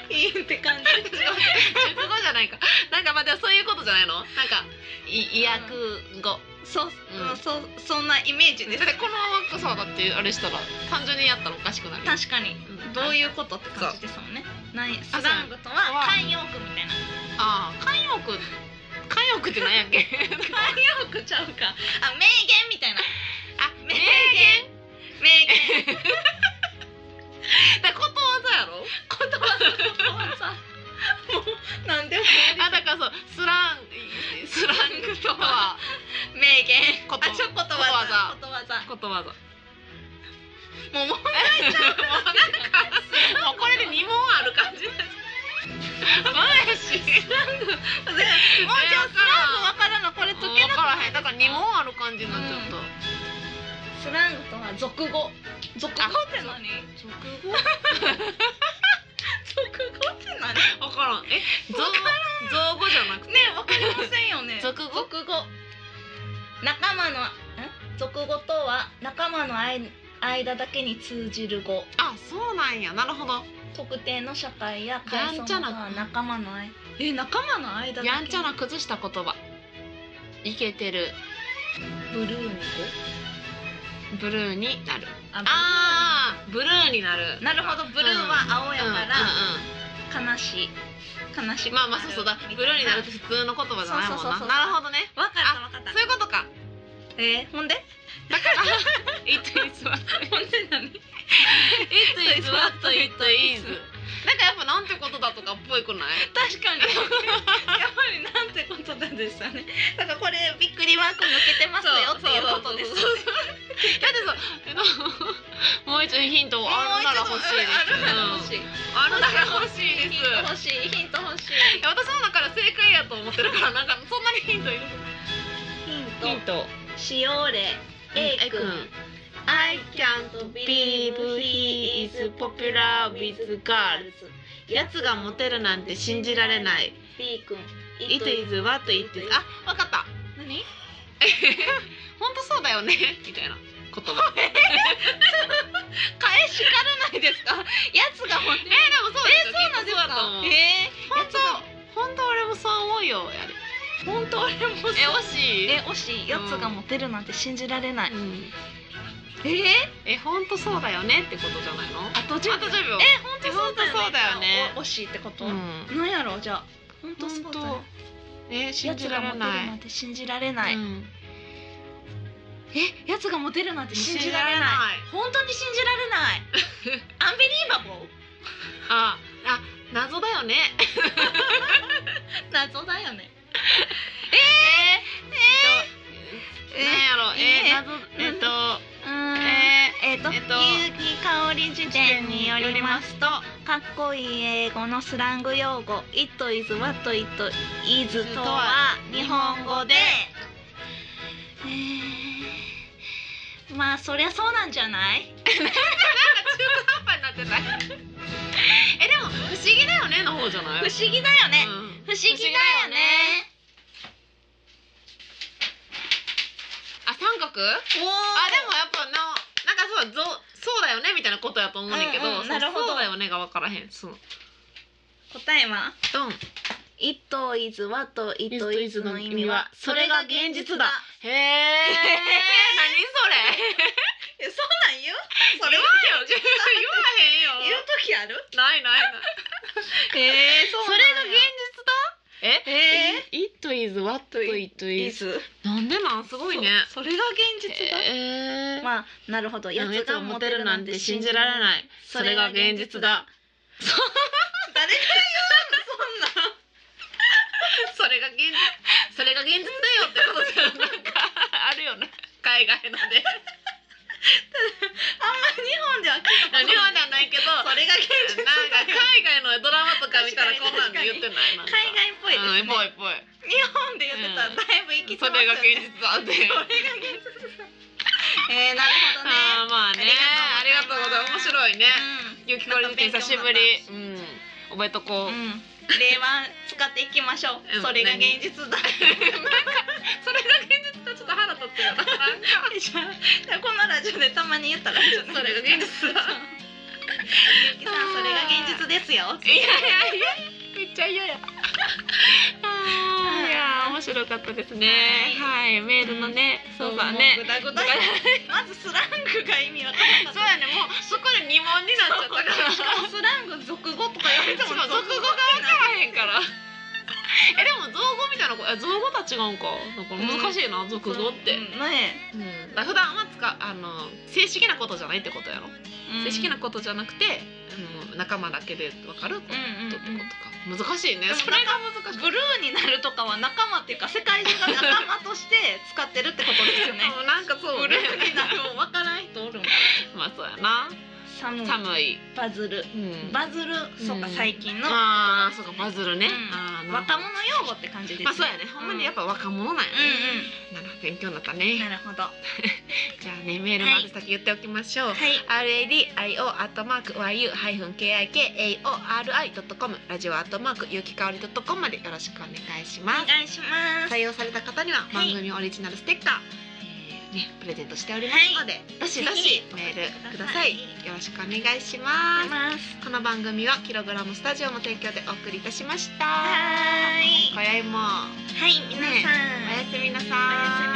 [SPEAKER 2] いいって感じ
[SPEAKER 1] 熟語じゃないかなんかまあでもそういうことじゃないのなんかい意訳語
[SPEAKER 2] そう、
[SPEAKER 1] うん
[SPEAKER 2] うん、そうそんなイメージ
[SPEAKER 1] で
[SPEAKER 2] で
[SPEAKER 1] そ
[SPEAKER 2] す
[SPEAKER 1] れこのままさだってあれしたら単純にやったらおかしくなる
[SPEAKER 2] 確かに
[SPEAKER 1] うん
[SPEAKER 2] どういうことって感じですもんね。ないス
[SPEAKER 1] あ
[SPEAKER 2] ラングとは慣用句みたいな。
[SPEAKER 1] ああ慣用句慣用句ってなんやっけ
[SPEAKER 2] 慣用句ちゃうか。あ名言みたいな。
[SPEAKER 1] あ名
[SPEAKER 2] 名言
[SPEAKER 1] 言
[SPEAKER 2] 名言。
[SPEAKER 1] だことわざやろ
[SPEAKER 2] 言葉 もうなんでも
[SPEAKER 1] あだからそうスランスラングとは
[SPEAKER 2] 名言。
[SPEAKER 1] こと
[SPEAKER 2] あちょことわざ。ことわざ。
[SPEAKER 1] ことわざ
[SPEAKER 2] もうもう
[SPEAKER 1] もうこれで二問ある感じマジスラングもう
[SPEAKER 2] も うじゃあスラングわからんのこれ
[SPEAKER 1] 分
[SPEAKER 2] 解けなく
[SPEAKER 1] から
[SPEAKER 2] な
[SPEAKER 1] へ
[SPEAKER 2] い
[SPEAKER 1] んだから二問ある感じになっちゃった、
[SPEAKER 2] スラングとは俗語。俗語って何？
[SPEAKER 1] 俗語
[SPEAKER 2] 俗語って何？
[SPEAKER 1] 分からんえ造
[SPEAKER 2] わ
[SPEAKER 1] 造語じゃなくて
[SPEAKER 2] ねえわかりませんよね
[SPEAKER 1] 俗語
[SPEAKER 2] 俗語仲間のん俗語とは仲間の間間だけに通じる語
[SPEAKER 1] あそうなんやなるほど
[SPEAKER 2] 特定の社会や階
[SPEAKER 1] や
[SPEAKER 2] 層
[SPEAKER 1] ん
[SPEAKER 2] の
[SPEAKER 1] ちゃな
[SPEAKER 2] は仲間の間え仲間の間だけ
[SPEAKER 1] やんちゃな崩した言葉イケてる
[SPEAKER 2] ブルーに語
[SPEAKER 1] ブルーになる
[SPEAKER 2] あ
[SPEAKER 1] あーブルーになる
[SPEAKER 2] ブルーになるほどブルーは青や
[SPEAKER 1] うんうん
[SPEAKER 2] か
[SPEAKER 1] う
[SPEAKER 2] ら悲しい悲し
[SPEAKER 1] ん
[SPEAKER 2] く
[SPEAKER 1] まあまあそうそうだ
[SPEAKER 2] なるみた
[SPEAKER 1] ブ
[SPEAKER 2] いな
[SPEAKER 1] ルーになるって普通の言葉じゃないもん
[SPEAKER 2] そうそうそうそ
[SPEAKER 1] なな
[SPEAKER 2] う
[SPEAKER 1] るほどね
[SPEAKER 2] わかったわかった
[SPEAKER 1] そういうことか
[SPEAKER 2] えー、ほんで
[SPEAKER 1] だから It is what
[SPEAKER 2] ほんで何
[SPEAKER 1] It is what it is なんかやっぱなんてことだとかっぽいくない
[SPEAKER 2] 確 かにやっぱりなんてことなんですよねだからこれびっくりマーク抜けてますよっていうことです
[SPEAKER 1] そうそうだってさえのもう一度ヒントをあるなら欲しいです
[SPEAKER 2] あるなら欲しい
[SPEAKER 1] うんあるなら欲しいです
[SPEAKER 2] ヒント欲しいヒント欲しい
[SPEAKER 1] いや私の中で正解やと思ってるからなんかそんなにヒントいる
[SPEAKER 2] ヒント
[SPEAKER 1] ト
[SPEAKER 2] 使用例 A 君 I can't believe he is popular with girls
[SPEAKER 1] やつがモテるなんて信じられない
[SPEAKER 2] B 君
[SPEAKER 1] It is what it is あわかった
[SPEAKER 2] 何
[SPEAKER 1] 本当そうだよねみたいな言 葉
[SPEAKER 2] 返しからないです かやつがほん
[SPEAKER 1] えー、でもそうですよ
[SPEAKER 2] そうなんです
[SPEAKER 1] きっとそうだと思う
[SPEAKER 2] かえ
[SPEAKER 1] 本当本当俺もそう思うよやれ
[SPEAKER 2] ー、本当俺もそう
[SPEAKER 1] え惜しい
[SPEAKER 2] え惜しいやつがモテるなんて信じられない、
[SPEAKER 1] うん
[SPEAKER 2] えー、
[SPEAKER 1] え本当そうだよねってことじゃないの
[SPEAKER 2] あと10秒
[SPEAKER 1] あと10秒
[SPEAKER 2] え本当そうだよね
[SPEAKER 1] え本当そうだよね
[SPEAKER 2] お惜しいってこと、
[SPEAKER 1] うん
[SPEAKER 2] なんやろうじゃあ本当そう
[SPEAKER 1] 本
[SPEAKER 2] だ
[SPEAKER 1] 当
[SPEAKER 2] よ
[SPEAKER 1] え信
[SPEAKER 2] やつ
[SPEAKER 1] じ
[SPEAKER 2] が
[SPEAKER 1] ら
[SPEAKER 2] モ
[SPEAKER 1] れ
[SPEAKER 2] テる
[SPEAKER 1] ない
[SPEAKER 2] なんて信じられない、
[SPEAKER 1] うん
[SPEAKER 2] えやつがモテるなんて信じられない
[SPEAKER 1] 信
[SPEAKER 2] 本当に信じられ ないアンビリーバボー
[SPEAKER 1] ああ謎だよね
[SPEAKER 2] 謎だよね
[SPEAKER 1] えなんやろえ
[SPEAKER 2] え
[SPEAKER 1] 謎えっと
[SPEAKER 2] うーん
[SPEAKER 1] え
[SPEAKER 2] えっ、と、
[SPEAKER 1] えっと
[SPEAKER 2] 結城香織辞典によります
[SPEAKER 1] すと
[SPEAKER 2] かっこいい英語のスラング用語「it is what it is」とは日本語で、えー、まあそりゃそうなんじゃない
[SPEAKER 1] 中途半端になってないえでもも不思議だよねの方じゃない
[SPEAKER 2] 不思議だよね、
[SPEAKER 1] うん
[SPEAKER 2] 不思議だよね
[SPEAKER 1] あ三角あ
[SPEAKER 2] おお
[SPEAKER 1] でもやっぱななんかそうぞそうだよねみたいなことやと思うねんけど、
[SPEAKER 2] うんうん
[SPEAKER 1] そう
[SPEAKER 2] なるほど
[SPEAKER 1] そうだよねが分からへんその
[SPEAKER 2] 答えは
[SPEAKER 1] ドン
[SPEAKER 2] 一頭伊豆はと一
[SPEAKER 1] 頭
[SPEAKER 2] 頭
[SPEAKER 1] 伊
[SPEAKER 2] 伊
[SPEAKER 1] 豆
[SPEAKER 2] 豆
[SPEAKER 1] の
[SPEAKER 2] の
[SPEAKER 1] 意
[SPEAKER 2] 意
[SPEAKER 1] 味
[SPEAKER 2] 味
[SPEAKER 1] は
[SPEAKER 2] は
[SPEAKER 1] そ
[SPEAKER 2] そ
[SPEAKER 1] れ
[SPEAKER 2] れ
[SPEAKER 1] が
[SPEAKER 2] が
[SPEAKER 1] 現
[SPEAKER 2] 現
[SPEAKER 1] 実
[SPEAKER 2] 実
[SPEAKER 1] だ
[SPEAKER 2] だ
[SPEAKER 1] へえ 何それ
[SPEAKER 2] えそうなん言うそ
[SPEAKER 1] 言
[SPEAKER 2] れ
[SPEAKER 1] わ
[SPEAKER 2] は
[SPEAKER 1] んよ言わへん
[SPEAKER 2] 言
[SPEAKER 1] よ
[SPEAKER 2] う時ある
[SPEAKER 1] ないないない
[SPEAKER 2] えー、 そ
[SPEAKER 1] そ
[SPEAKER 2] れ
[SPEAKER 1] れ
[SPEAKER 2] が
[SPEAKER 1] が
[SPEAKER 2] 現
[SPEAKER 1] 現
[SPEAKER 2] 実
[SPEAKER 1] 実だえ
[SPEAKER 2] え
[SPEAKER 1] 「It is what it
[SPEAKER 2] ー、
[SPEAKER 1] is」なんでなんすごいね
[SPEAKER 2] そそれが現実だ、
[SPEAKER 1] えー、
[SPEAKER 2] まあなるほどやつ
[SPEAKER 1] 奴
[SPEAKER 2] が
[SPEAKER 1] がモ
[SPEAKER 2] モテ
[SPEAKER 1] テ
[SPEAKER 2] る
[SPEAKER 1] る
[SPEAKER 2] な
[SPEAKER 1] なんん
[SPEAKER 2] て
[SPEAKER 1] て
[SPEAKER 2] 信
[SPEAKER 1] 信
[SPEAKER 2] じ
[SPEAKER 1] じ
[SPEAKER 2] ら
[SPEAKER 1] られ
[SPEAKER 2] れない
[SPEAKER 1] ないそれが現実だ
[SPEAKER 2] 誰が言うのそんな
[SPEAKER 1] それが現実それが現実だよってことだよなんか あるよね海外ので
[SPEAKER 2] あんま日本では聞い
[SPEAKER 1] 日本ではないけどなんか
[SPEAKER 2] それが現実だ
[SPEAKER 1] 海外のドラマとか見たらこんなんで言ってないなんか
[SPEAKER 2] 海外っぽいですね、
[SPEAKER 1] うんぽいぽい
[SPEAKER 2] 日本で言ってたらだいぶ行き
[SPEAKER 1] そ
[SPEAKER 2] 過ぎ
[SPEAKER 1] れが
[SPEAKER 2] ます
[SPEAKER 1] 現
[SPEAKER 2] よね
[SPEAKER 1] 実だって
[SPEAKER 2] それが現実だえー、なるほどね
[SPEAKER 1] あーまあねあ
[SPEAKER 2] あ
[SPEAKER 1] り
[SPEAKER 2] り
[SPEAKER 1] が
[SPEAKER 2] が
[SPEAKER 1] と
[SPEAKER 2] と
[SPEAKER 1] うご
[SPEAKER 2] うご
[SPEAKER 1] ざ
[SPEAKER 2] ざ
[SPEAKER 1] いま
[SPEAKER 2] います
[SPEAKER 1] 面
[SPEAKER 2] す
[SPEAKER 1] 白いね
[SPEAKER 2] うん
[SPEAKER 1] ゆきこりんけん久しぶりうん覚えと こう、
[SPEAKER 2] うん、令和使っていきましょう
[SPEAKER 1] う。ん
[SPEAKER 2] それが現実だ。
[SPEAKER 1] それが現実だちょっと腹立ってるななんか
[SPEAKER 2] じゃあこのラジオでたまに言ったらいいんじゃない
[SPEAKER 1] それが現実だ
[SPEAKER 2] ゆきさんそれが現実ですよ。
[SPEAKER 1] いやいやいやめっちゃ嫌 やあーいやー面白かったですねはい、メールのね、そうだね
[SPEAKER 2] もうグダグダやまずスラングが意味わからな
[SPEAKER 1] そう
[SPEAKER 2] かった。
[SPEAKER 1] やねもうそこで疑問になっちゃったから
[SPEAKER 2] しかもスラング俗語とか言われて
[SPEAKER 1] しか
[SPEAKER 2] も
[SPEAKER 1] も俗語が分からへんから えでも造語みたいなこえ造語とは違うんかなんか難しいな、俗語って、
[SPEAKER 2] うんね
[SPEAKER 1] うん、だから普段は使うあの正式なことじゃないってことやろ、正
[SPEAKER 2] え
[SPEAKER 1] 式なことじゃなくてあの仲間だけで分かることって
[SPEAKER 2] うんうんうん
[SPEAKER 1] ことか難しいね
[SPEAKER 2] でも
[SPEAKER 1] それが難しい
[SPEAKER 2] ブルーになるとかは仲間っていうか世界中が仲間として使ってるってことですよね。
[SPEAKER 1] あなんかそう
[SPEAKER 2] ブル
[SPEAKER 1] ね
[SPEAKER 2] ーになるもわからん人おるもん。
[SPEAKER 1] まあそうやな
[SPEAKER 2] 寒い
[SPEAKER 1] 寒い、
[SPEAKER 2] バズる。
[SPEAKER 1] うん
[SPEAKER 2] バズる、そうか
[SPEAKER 1] うん
[SPEAKER 2] 最近の、
[SPEAKER 1] あーそうかバズるね、
[SPEAKER 2] うん
[SPEAKER 1] あーなるほ
[SPEAKER 2] 若
[SPEAKER 1] ど
[SPEAKER 2] 者用語って感じです、
[SPEAKER 1] まあそうやねほんまにやっぱ若者なんやね
[SPEAKER 2] うん、
[SPEAKER 1] な
[SPEAKER 2] う
[SPEAKER 1] るほど勉強になった
[SPEAKER 2] んうん
[SPEAKER 1] ね
[SPEAKER 2] なるほどは
[SPEAKER 1] じゃあねメールまず先言っておきましょう、
[SPEAKER 2] い
[SPEAKER 1] RADIO アットマーク YU-KIKAORI.com ラジオアットマークゆきかおり .com までよろしくお願いします
[SPEAKER 2] お願いしますは
[SPEAKER 1] 採用された方には
[SPEAKER 2] はい
[SPEAKER 1] 番組オリジナルステッカー、えーね、プレゼントしておりますので、どしどしメールください
[SPEAKER 2] ぜ
[SPEAKER 1] よろしくお願いします
[SPEAKER 2] ます
[SPEAKER 1] この番組はキログラムスタジオの提供でお送りいたしました
[SPEAKER 2] はーい
[SPEAKER 1] 今宵も
[SPEAKER 2] はい皆さ
[SPEAKER 1] おや
[SPEAKER 2] ん、
[SPEAKER 1] すみなさい
[SPEAKER 2] おやすみ